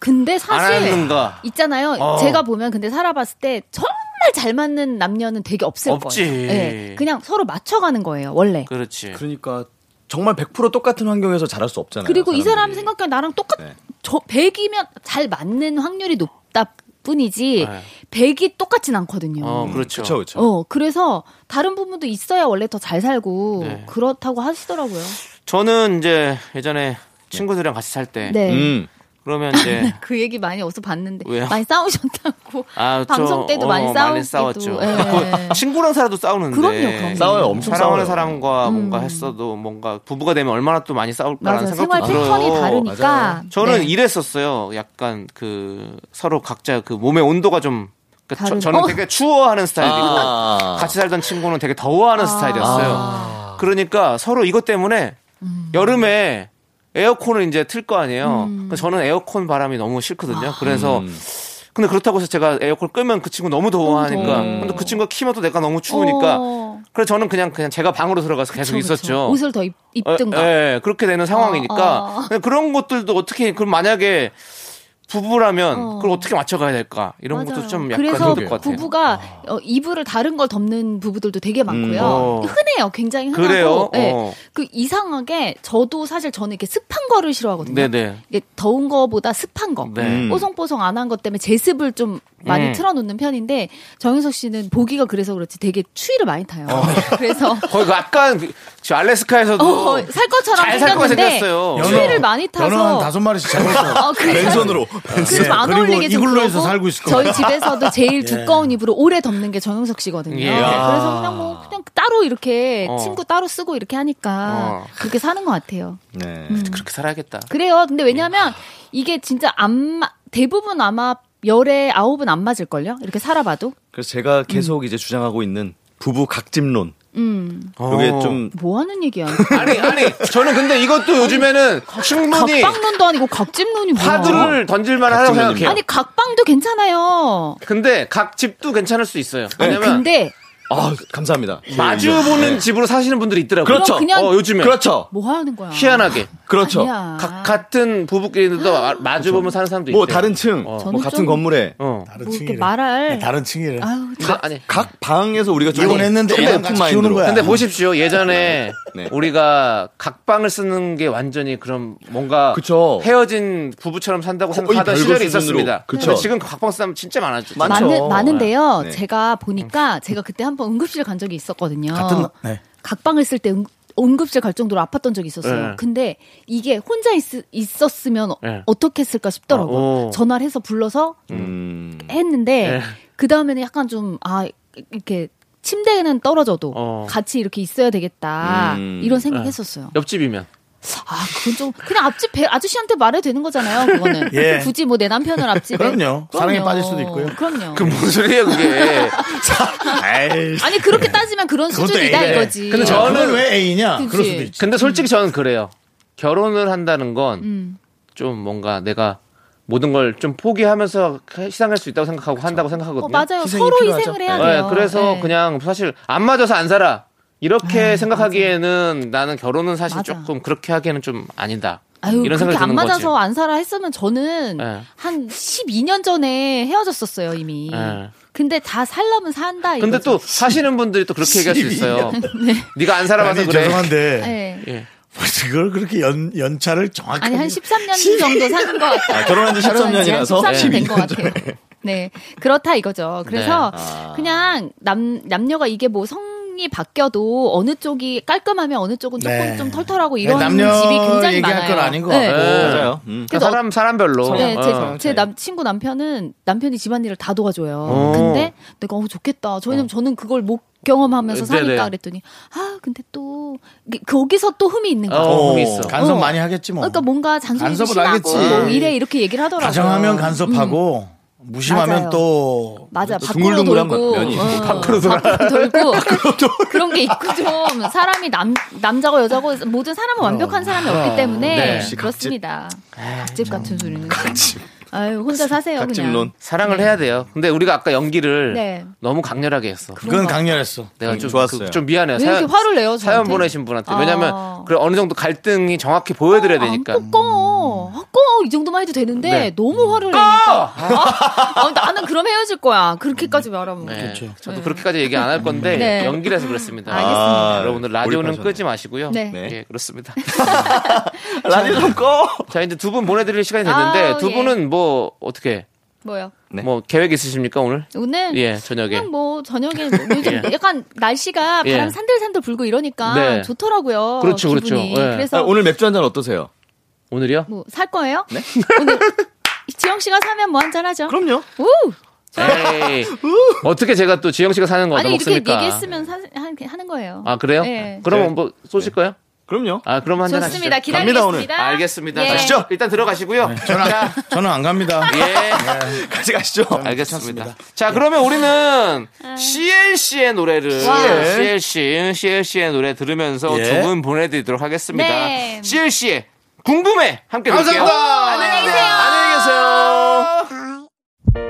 S6: 근데
S2: 안
S6: 사실
S2: 하는가
S6: 있잖아요.
S2: 어.
S6: 제가 보면 근데 살아봤을 때 정말 잘 맞는 남녀는 되게 없을
S2: 없지.
S6: 거예요. 예. 그냥 서로 맞춰가는 거예요, 원래.
S2: 그렇지.
S5: 그러니까 정말 100% 똑같은 환경에서 자랄 수 없잖아요.
S6: 그리고 이 사람
S5: 사람들이.
S6: 생각해 나랑 똑같
S5: 네.
S6: 저 100이면 잘 맞는 확률이 높다 뿐이지
S2: 네.
S6: 100이 똑같진 않거든요.
S2: 어, 그렇죠.
S5: 그렇죠, 그렇죠.
S6: 어, 그래서 다른 부분도 있어야 원래 더 잘 살고
S2: 네.
S6: 그렇다고 하시더라고요.
S2: 저는 이제
S5: 네.
S2: 예전에 친구들이랑 같이 살 때
S6: 네.
S5: 음.
S2: 그러면
S6: (laughs)
S2: 이제
S6: 그 얘기 많이 어디서 봤는데
S2: 왜요?
S6: 많이 싸우셨다고
S2: 아, 저-
S6: 방송 때도
S2: 어,
S6: 많이 싸우고
S2: 싸웠죠. (laughs) 뭐
S6: 예.
S2: 친구랑 살아도 싸우는데
S6: 그럼요, 그럼요. 음.
S5: 싸워요, 엄청 싸워요.
S2: 사랑하는 사람과 뭔가 했어도 뭔가 부부가 되면 얼마나 또 많이
S6: 맞아
S2: 싸울까라는
S6: 생활
S2: 생각도 들어요.
S6: 패턴이 다르니까
S2: 저는
S6: 네.
S2: 이랬었어요. 약간 그 서로 각자 그 몸의 온도가 좀 그러니까 저,
S6: 다르네.
S2: 저는
S6: 어.
S2: 되게 추워하는 스타일이고
S5: 아.
S2: 같이 살던 친구는 되게
S6: 아.
S2: 더워하는 스타일이었어요. 그러니까 서로 이것 때문에
S6: 음.
S2: 여름에 에어컨을 이제 틀 거 아니에요. 그래서 저는 에어컨 바람이 너무 싫거든요.
S6: 아.
S2: 그래서 근데 그렇다고 해서 제가 에어컨 끄면 그 친구 너무 더워하니까
S6: 더워.
S2: 근데 그 친구가 키면 또 내가 너무 추우니까
S6: 음. 어.
S2: 그래서 저는 그냥 그냥 제가 방으로 들어가서 계속
S6: 그쵸, 그쵸.
S2: 있었죠.
S6: 옷을 더 입, 입든가
S2: 예, 예, 그렇게 되는 상황이니까
S6: 어.
S2: 근데 그런 것들도 어떻게 그럼 만약에 부부라면
S6: 어.
S2: 그걸 어떻게 맞춰가야 될까 이런 것도
S6: 맞아요.
S2: 좀 약간
S6: 그래서
S2: 힘들 것 같아요.
S6: 부부가 어, 이불을 다른 걸 덮는 부부들도 되게 많고요.
S2: 어.
S6: 흔해요, 굉장히 흔하고.
S2: 그래요?
S6: 예.
S2: 어.
S6: 그 이상하게 저도 사실 저는 이렇게 습한 거를 싫어하거든요.
S2: 네네.
S6: 이게 더운 거보다 습한 거, 음.
S2: 네.
S6: 뽀송뽀송 안 한 것 때문에 제습을 좀 많이
S2: 음.
S6: 틀어놓는 편인데 정윤석 씨는 보기가 그래서 그렇지 되게 추위를 많이 타요.
S2: 어. (laughs)
S6: 그래서
S2: 거의 그 아까 그- 저 알래스카에서도
S6: 어, 살 것처럼
S2: 잘살것
S6: 생겼는데
S2: 생겼어요.
S6: 추위를 많이 타서
S1: 연어 한 다섯 마리씩
S6: (laughs)
S1: 잡아서
S6: 어, 그래서-
S5: 맨손으로.
S6: 그래서 안
S1: 그리고
S6: 어울리게 좀
S1: 이글루에서
S6: 그러고
S1: 살고 있을 거예요.
S6: 저희 집에서도 제일 두꺼운 이불을 오래 덮는 게 정영석 씨거든요. 네,
S2: 예.
S6: 그래서 그냥 뭐 그냥 따로 이렇게
S2: 어.
S6: 친구 따로 쓰고 이렇게 하니까
S2: 어.
S6: 그렇게 사는 것 같아요.
S5: 네.
S2: 그렇게 살아야겠다.
S6: 그래요. 근데 왜냐하면 이게 진짜 안 마- 대부분 아마 열에 아홉은 안 맞을 걸요. 이렇게 살아봐도
S5: 그래서 제가 계속 이제 주장하고 있는 부부 각집론. 이게
S2: 어.
S5: 좀
S6: 음. 뭐 하는 얘기야?
S2: 아니 아니 저는 근데 이것도 요즘에는 충분히
S6: 각방론도 아니고 각집론이 뭐야?
S2: 화두를 던질만 하다고
S5: 각집론이요.
S2: 어, 생각해요.
S6: 아니 각방도 괜찮아요.
S2: 근데 각 집도 괜찮을 수 있어요.
S6: 아니
S2: 왜냐면
S6: 근데
S5: 아, 감사합니다.
S1: 예,
S2: 마주 보는 집으로 사시는 분들이 있더라고요.
S5: 그렇죠.
S6: 그냥-
S2: 그렇죠. 네. 어, 요즘에
S5: 그렇죠.
S6: 뭐 하는 거야?
S2: 희한하게
S5: 그렇죠.
S6: 아니야.
S2: 각- 같은 부부끼리도 아- 마주 보면 사는 사람도 있대요.
S5: 뭐 다른 층,
S2: 어.
S5: 뭐
S6: 저는
S5: 같은
S6: 좀-
S5: 건물에
S2: 어.
S1: 다른
S6: 뭐 이렇게
S1: 층이래. 네,
S6: 말할
S1: 다른 층이래.
S6: 아유
S2: 가- 아니
S5: 각 방에서 우리가 좀
S1: 이혼했는데
S5: 큰
S1: 애랑
S5: 오픈
S1: 같이
S5: 마인드로.
S1: 키우는 거야.
S2: 근데 보십시오. 예전에
S5: 네.
S2: 우리가 각방을 쓰는 게 완전히 그럼 뭔가
S5: 그쵸.
S2: 헤어진 부부처럼 산다고
S5: 거의
S2: 생각하던
S5: 별거
S2: 시절이
S5: 수준으로.
S2: 있었습니다.
S5: 그쵸.
S2: 근데 지금 각방 쓰면 진짜 많아졌죠.
S5: 많- 많죠.
S6: 많은, 많은데요.
S5: 네.
S6: 제가 보니까 제가 그때 한번 응급실 간 적이 있었거든요. (laughs)
S1: 같은 나- 네.
S6: 각방을 쓸 때 응급실 갈 정도로 아팠던 적이 있었어요.
S2: 예.
S6: 근데 이게 혼자 있, 었으면
S1: 네.
S2: 예.
S6: 어떻게 했을까
S2: 아,
S6: 싶더라고요.
S2: 오.
S6: 전화를 해서 불러서
S5: 음.
S6: 했는데
S1: 네.
S2: 예.
S6: 그 다음에는 약간 좀 아 이렇게 침대는 떨어져도
S2: 어.
S6: 같이 이렇게 있어야 되겠다
S5: 음.
S6: 이런
S1: 네.
S6: 생각했었어요.
S2: 옆집이면
S6: 아 그건 좀 그냥 앞집 배- 아저씨한테 말해도 되는 거잖아요. 그거는
S1: (laughs) 예.
S6: 굳이 뭐 내 남편을 앞집에
S1: 그럼요. 사랑에
S6: 그럼요.
S1: 빠질 수도 있고요.
S2: (laughs)
S6: 그럼요.
S8: 그뭔 소리예요 그게?
S1: 에이.
S6: 아니 그렇게 따지면 그런
S1: 네. 그것도
S6: 수준이다
S1: A래.
S6: 이거지.
S5: 네.
S2: 근데 저-
S1: 저는 왜 A냐?
S6: 그치.
S1: 그럴 수도 있지.
S2: 근데 솔직히 저는 그래요. 결혼을 한다는 건 좀
S6: 음.
S2: 뭔가 내가 모든 걸 좀 포기하면서 희생할 수 있다고 생각하고 한다고 생각하거든요.
S6: 어, 맞아요.
S1: 희생이
S6: 서로
S1: 필요하죠.
S6: 희생을 해야
S2: 네,
S6: 돼요.
S2: 그래서
S6: 네.
S2: 그냥 사실 안 맞아서 안 살아. 이렇게 생각하기에는 나는 결혼은 사실
S6: 맞아.
S2: 조금 그렇게 하기에는 좀 아니다.
S6: 아유,
S2: 이런 생각이
S6: 그렇게
S2: 드는
S6: 안 맞아서
S2: 거지.
S6: 안 살아 했으면 저는
S2: 네.
S6: 한 12년 전에 헤어졌었어요 이미.
S2: 네.
S6: 근데 다 살려면 산다.
S2: 근데
S6: 이거죠.
S2: 또 사시는 분들이 또 그렇게 얘기할 수 있어요.
S6: (laughs)
S2: 네. 가안 살아봐서
S1: 아니,
S2: 그래.
S1: 죄송한데 (laughs)
S6: 네.
S2: 예.
S1: 그걸 그렇게 연, 연차를 정확하게
S2: 그
S6: 아니 한 13년 정도 사는 것 같아요.
S5: 아, 결혼한 지 13년 이라서? 예.
S6: 13년
S5: 12년
S6: 된것 같아요. 네, 그렇다 이거죠. 그래서
S5: 네. 아.
S6: 그냥 남 남녀가 이게 뭐 성이 바뀌어도 어느 쪽이 깔끔하면 어느 쪽은 조금
S1: 네.
S6: 좀 털털하고
S1: 네,
S6: 이런
S1: 남녀
S6: 집이 굉장히
S1: 얘기할
S6: 많아요.
S1: 건 아닌 것
S6: 네.
S2: 같고. 네.
S5: 맞아요. 음.
S2: 그러니까 사람 사람별로.
S6: 네,
S2: 어.
S6: 제, 제 남, 친구 남편은 남편이 집안일을 다 도와줘요.
S2: 어.
S6: 근데 내가 어 좋겠다. 저희는 저는 그걸 못 경험하면서
S2: 네, 네,
S6: 사니까
S2: 네.
S6: 그랬더니 아 근데 또 이게 거기서 또 흠이 있는 거야.
S2: 어,
S1: 어,
S2: 흥이 있어.
S1: 간섭
S6: 어.
S1: 많이 하겠지 뭐.
S6: 그러니까 뭔가 잔소리도
S1: 간섭을
S6: 심하고
S1: 하겠지.
S6: 뭐 이래 이렇게 얘기를 하더라고요.
S1: 가정하면 아, 간섭하고
S2: 음.
S1: 무심하면
S6: 맞아요.
S1: 또
S6: 맞아
S5: 또
S6: 밖으로
S5: 둥글둥글한
S6: 돌고 어.
S5: 면이 있고.
S6: 밖으로 돌고 그런 게 있고 좀 사람이 남 남자고 여자고 모든 사람은 완벽한 사람이 없기 때문에
S2: 네.
S5: 역시 각집.
S6: 그렇습니다. 각집 같은 소리는 아유 혼자 사세요 그냥.
S5: 각집론.
S2: 사랑을 해야 돼요. 근데 우리가 아까 연기를
S6: 네.
S2: 너무 강렬하게 했어.
S1: 그건 강렬했어.
S2: 내가
S5: 음,
S2: 좀,
S5: 좋았어요.
S2: 그- 좀 미안해요.
S6: 왜 이렇게 화를 내요? 저한테?
S2: 사연 보내신 분한테.
S6: 아.
S2: 왜냐면, 그 어느 정도 갈등이 정확히 보여드려야 되니까.
S6: 안 아, 꺼. 아, 꺼. 이 정도만 해도 되는데
S2: 네.
S6: 너무 화를 내니까. 아, 아, 나는 그럼 헤어질 거야. 그렇게까지 말하면.
S2: 네.
S1: 그렇죠.
S2: 저도 그렇게까지 얘기 안 할 건데,
S6: 네.
S2: 연기를 해서 그랬습니다.
S6: 알겠습니다.
S2: 아, 여러분들, 라디오는
S5: 몰입하셨네.
S2: 끄지 마시고요.
S6: 네.
S5: 네.
S2: 예, 그렇습니다. (laughs)
S5: 라디오 좀 꺼!
S2: 자, 이제 두 분 보내드릴 시간이 됐는데,
S6: 아우,
S2: 두
S6: 예.
S2: 분은 뭐, 어떻게,
S6: 뭐요?
S5: 네.
S2: 뭐, 계획 있으십니까, 오늘?
S6: 오늘
S2: 예, 저녁에.
S6: 그냥 뭐 저녁에 뭐 요즘 약간 날씨가
S2: 예.
S6: 바람 산들산들 불고 이러니까
S2: 네.
S6: 좋더라고요.
S2: 그렇죠, 그렇죠.
S6: 기분이.
S2: 예.
S6: 그래서
S5: 아, 오늘 맥주 한 잔 어떠세요?
S2: 오늘이요?
S6: 뭐 살 거예요?
S2: 네?
S6: 오늘 지영 씨가 사면 뭐 한잔 하죠.
S5: 그럼요.
S6: 우! (laughs)
S2: 에이. 어떻게 제가 또 지영 씨가 사는 거
S6: 아니 이렇게
S2: 먹습니까?
S6: 얘기했으면 사, 하- 하는 거예요.
S2: 아, 그래요?
S6: 예.
S2: 그러면 뭐, 쏘실 거예요?
S5: 그럼요.
S2: 아, 그럼 한잔 하시죠.
S6: 좋습니다.
S5: 갑니다, 오늘.
S6: 기다리겠습니다.
S2: 알겠습니다.
S6: 예.
S2: 가시죠. 일단 들어가시고요. 자,
S1: 저는 안 갑니다. (laughs)
S2: 예.
S5: 같이 가시죠.
S1: 아,
S2: 알겠습니다.
S1: 예.
S2: 자, 그러면 우리는 CLC의 노래를
S6: 아. 와.
S2: CLC, CLC의 노래 들으면서
S1: 예.
S2: 두 분 보내드리도록 하겠습니다.
S6: 네.
S2: CLC의 궁금해 함께 들을게요.
S1: 감사합니다.
S2: 안녕히 계세요. 안녕히 계세요.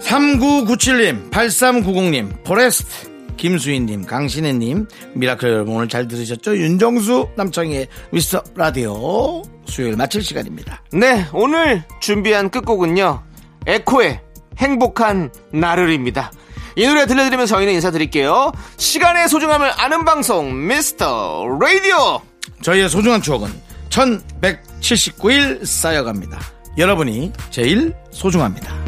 S1: 삼구구칠님 8390님, 포레스트, 김수인님, 강신혜님, 미라클 여러분 오늘 잘 들으셨죠? 윤정수, 남창희의 미스터 라디오 수요일 마칠 시간입니다.
S2: 네, 오늘 준비한 끝곡은요. 에코의 행복한 나를입니다. 이 노래 들려드리면서 저희는 인사드릴게요. 시간의 소중함을 아는 방송, 미스터 라디오!
S1: 저희의 소중한 추억은 1179일 쌓여갑니다. 여러분이 제일 소중합니다.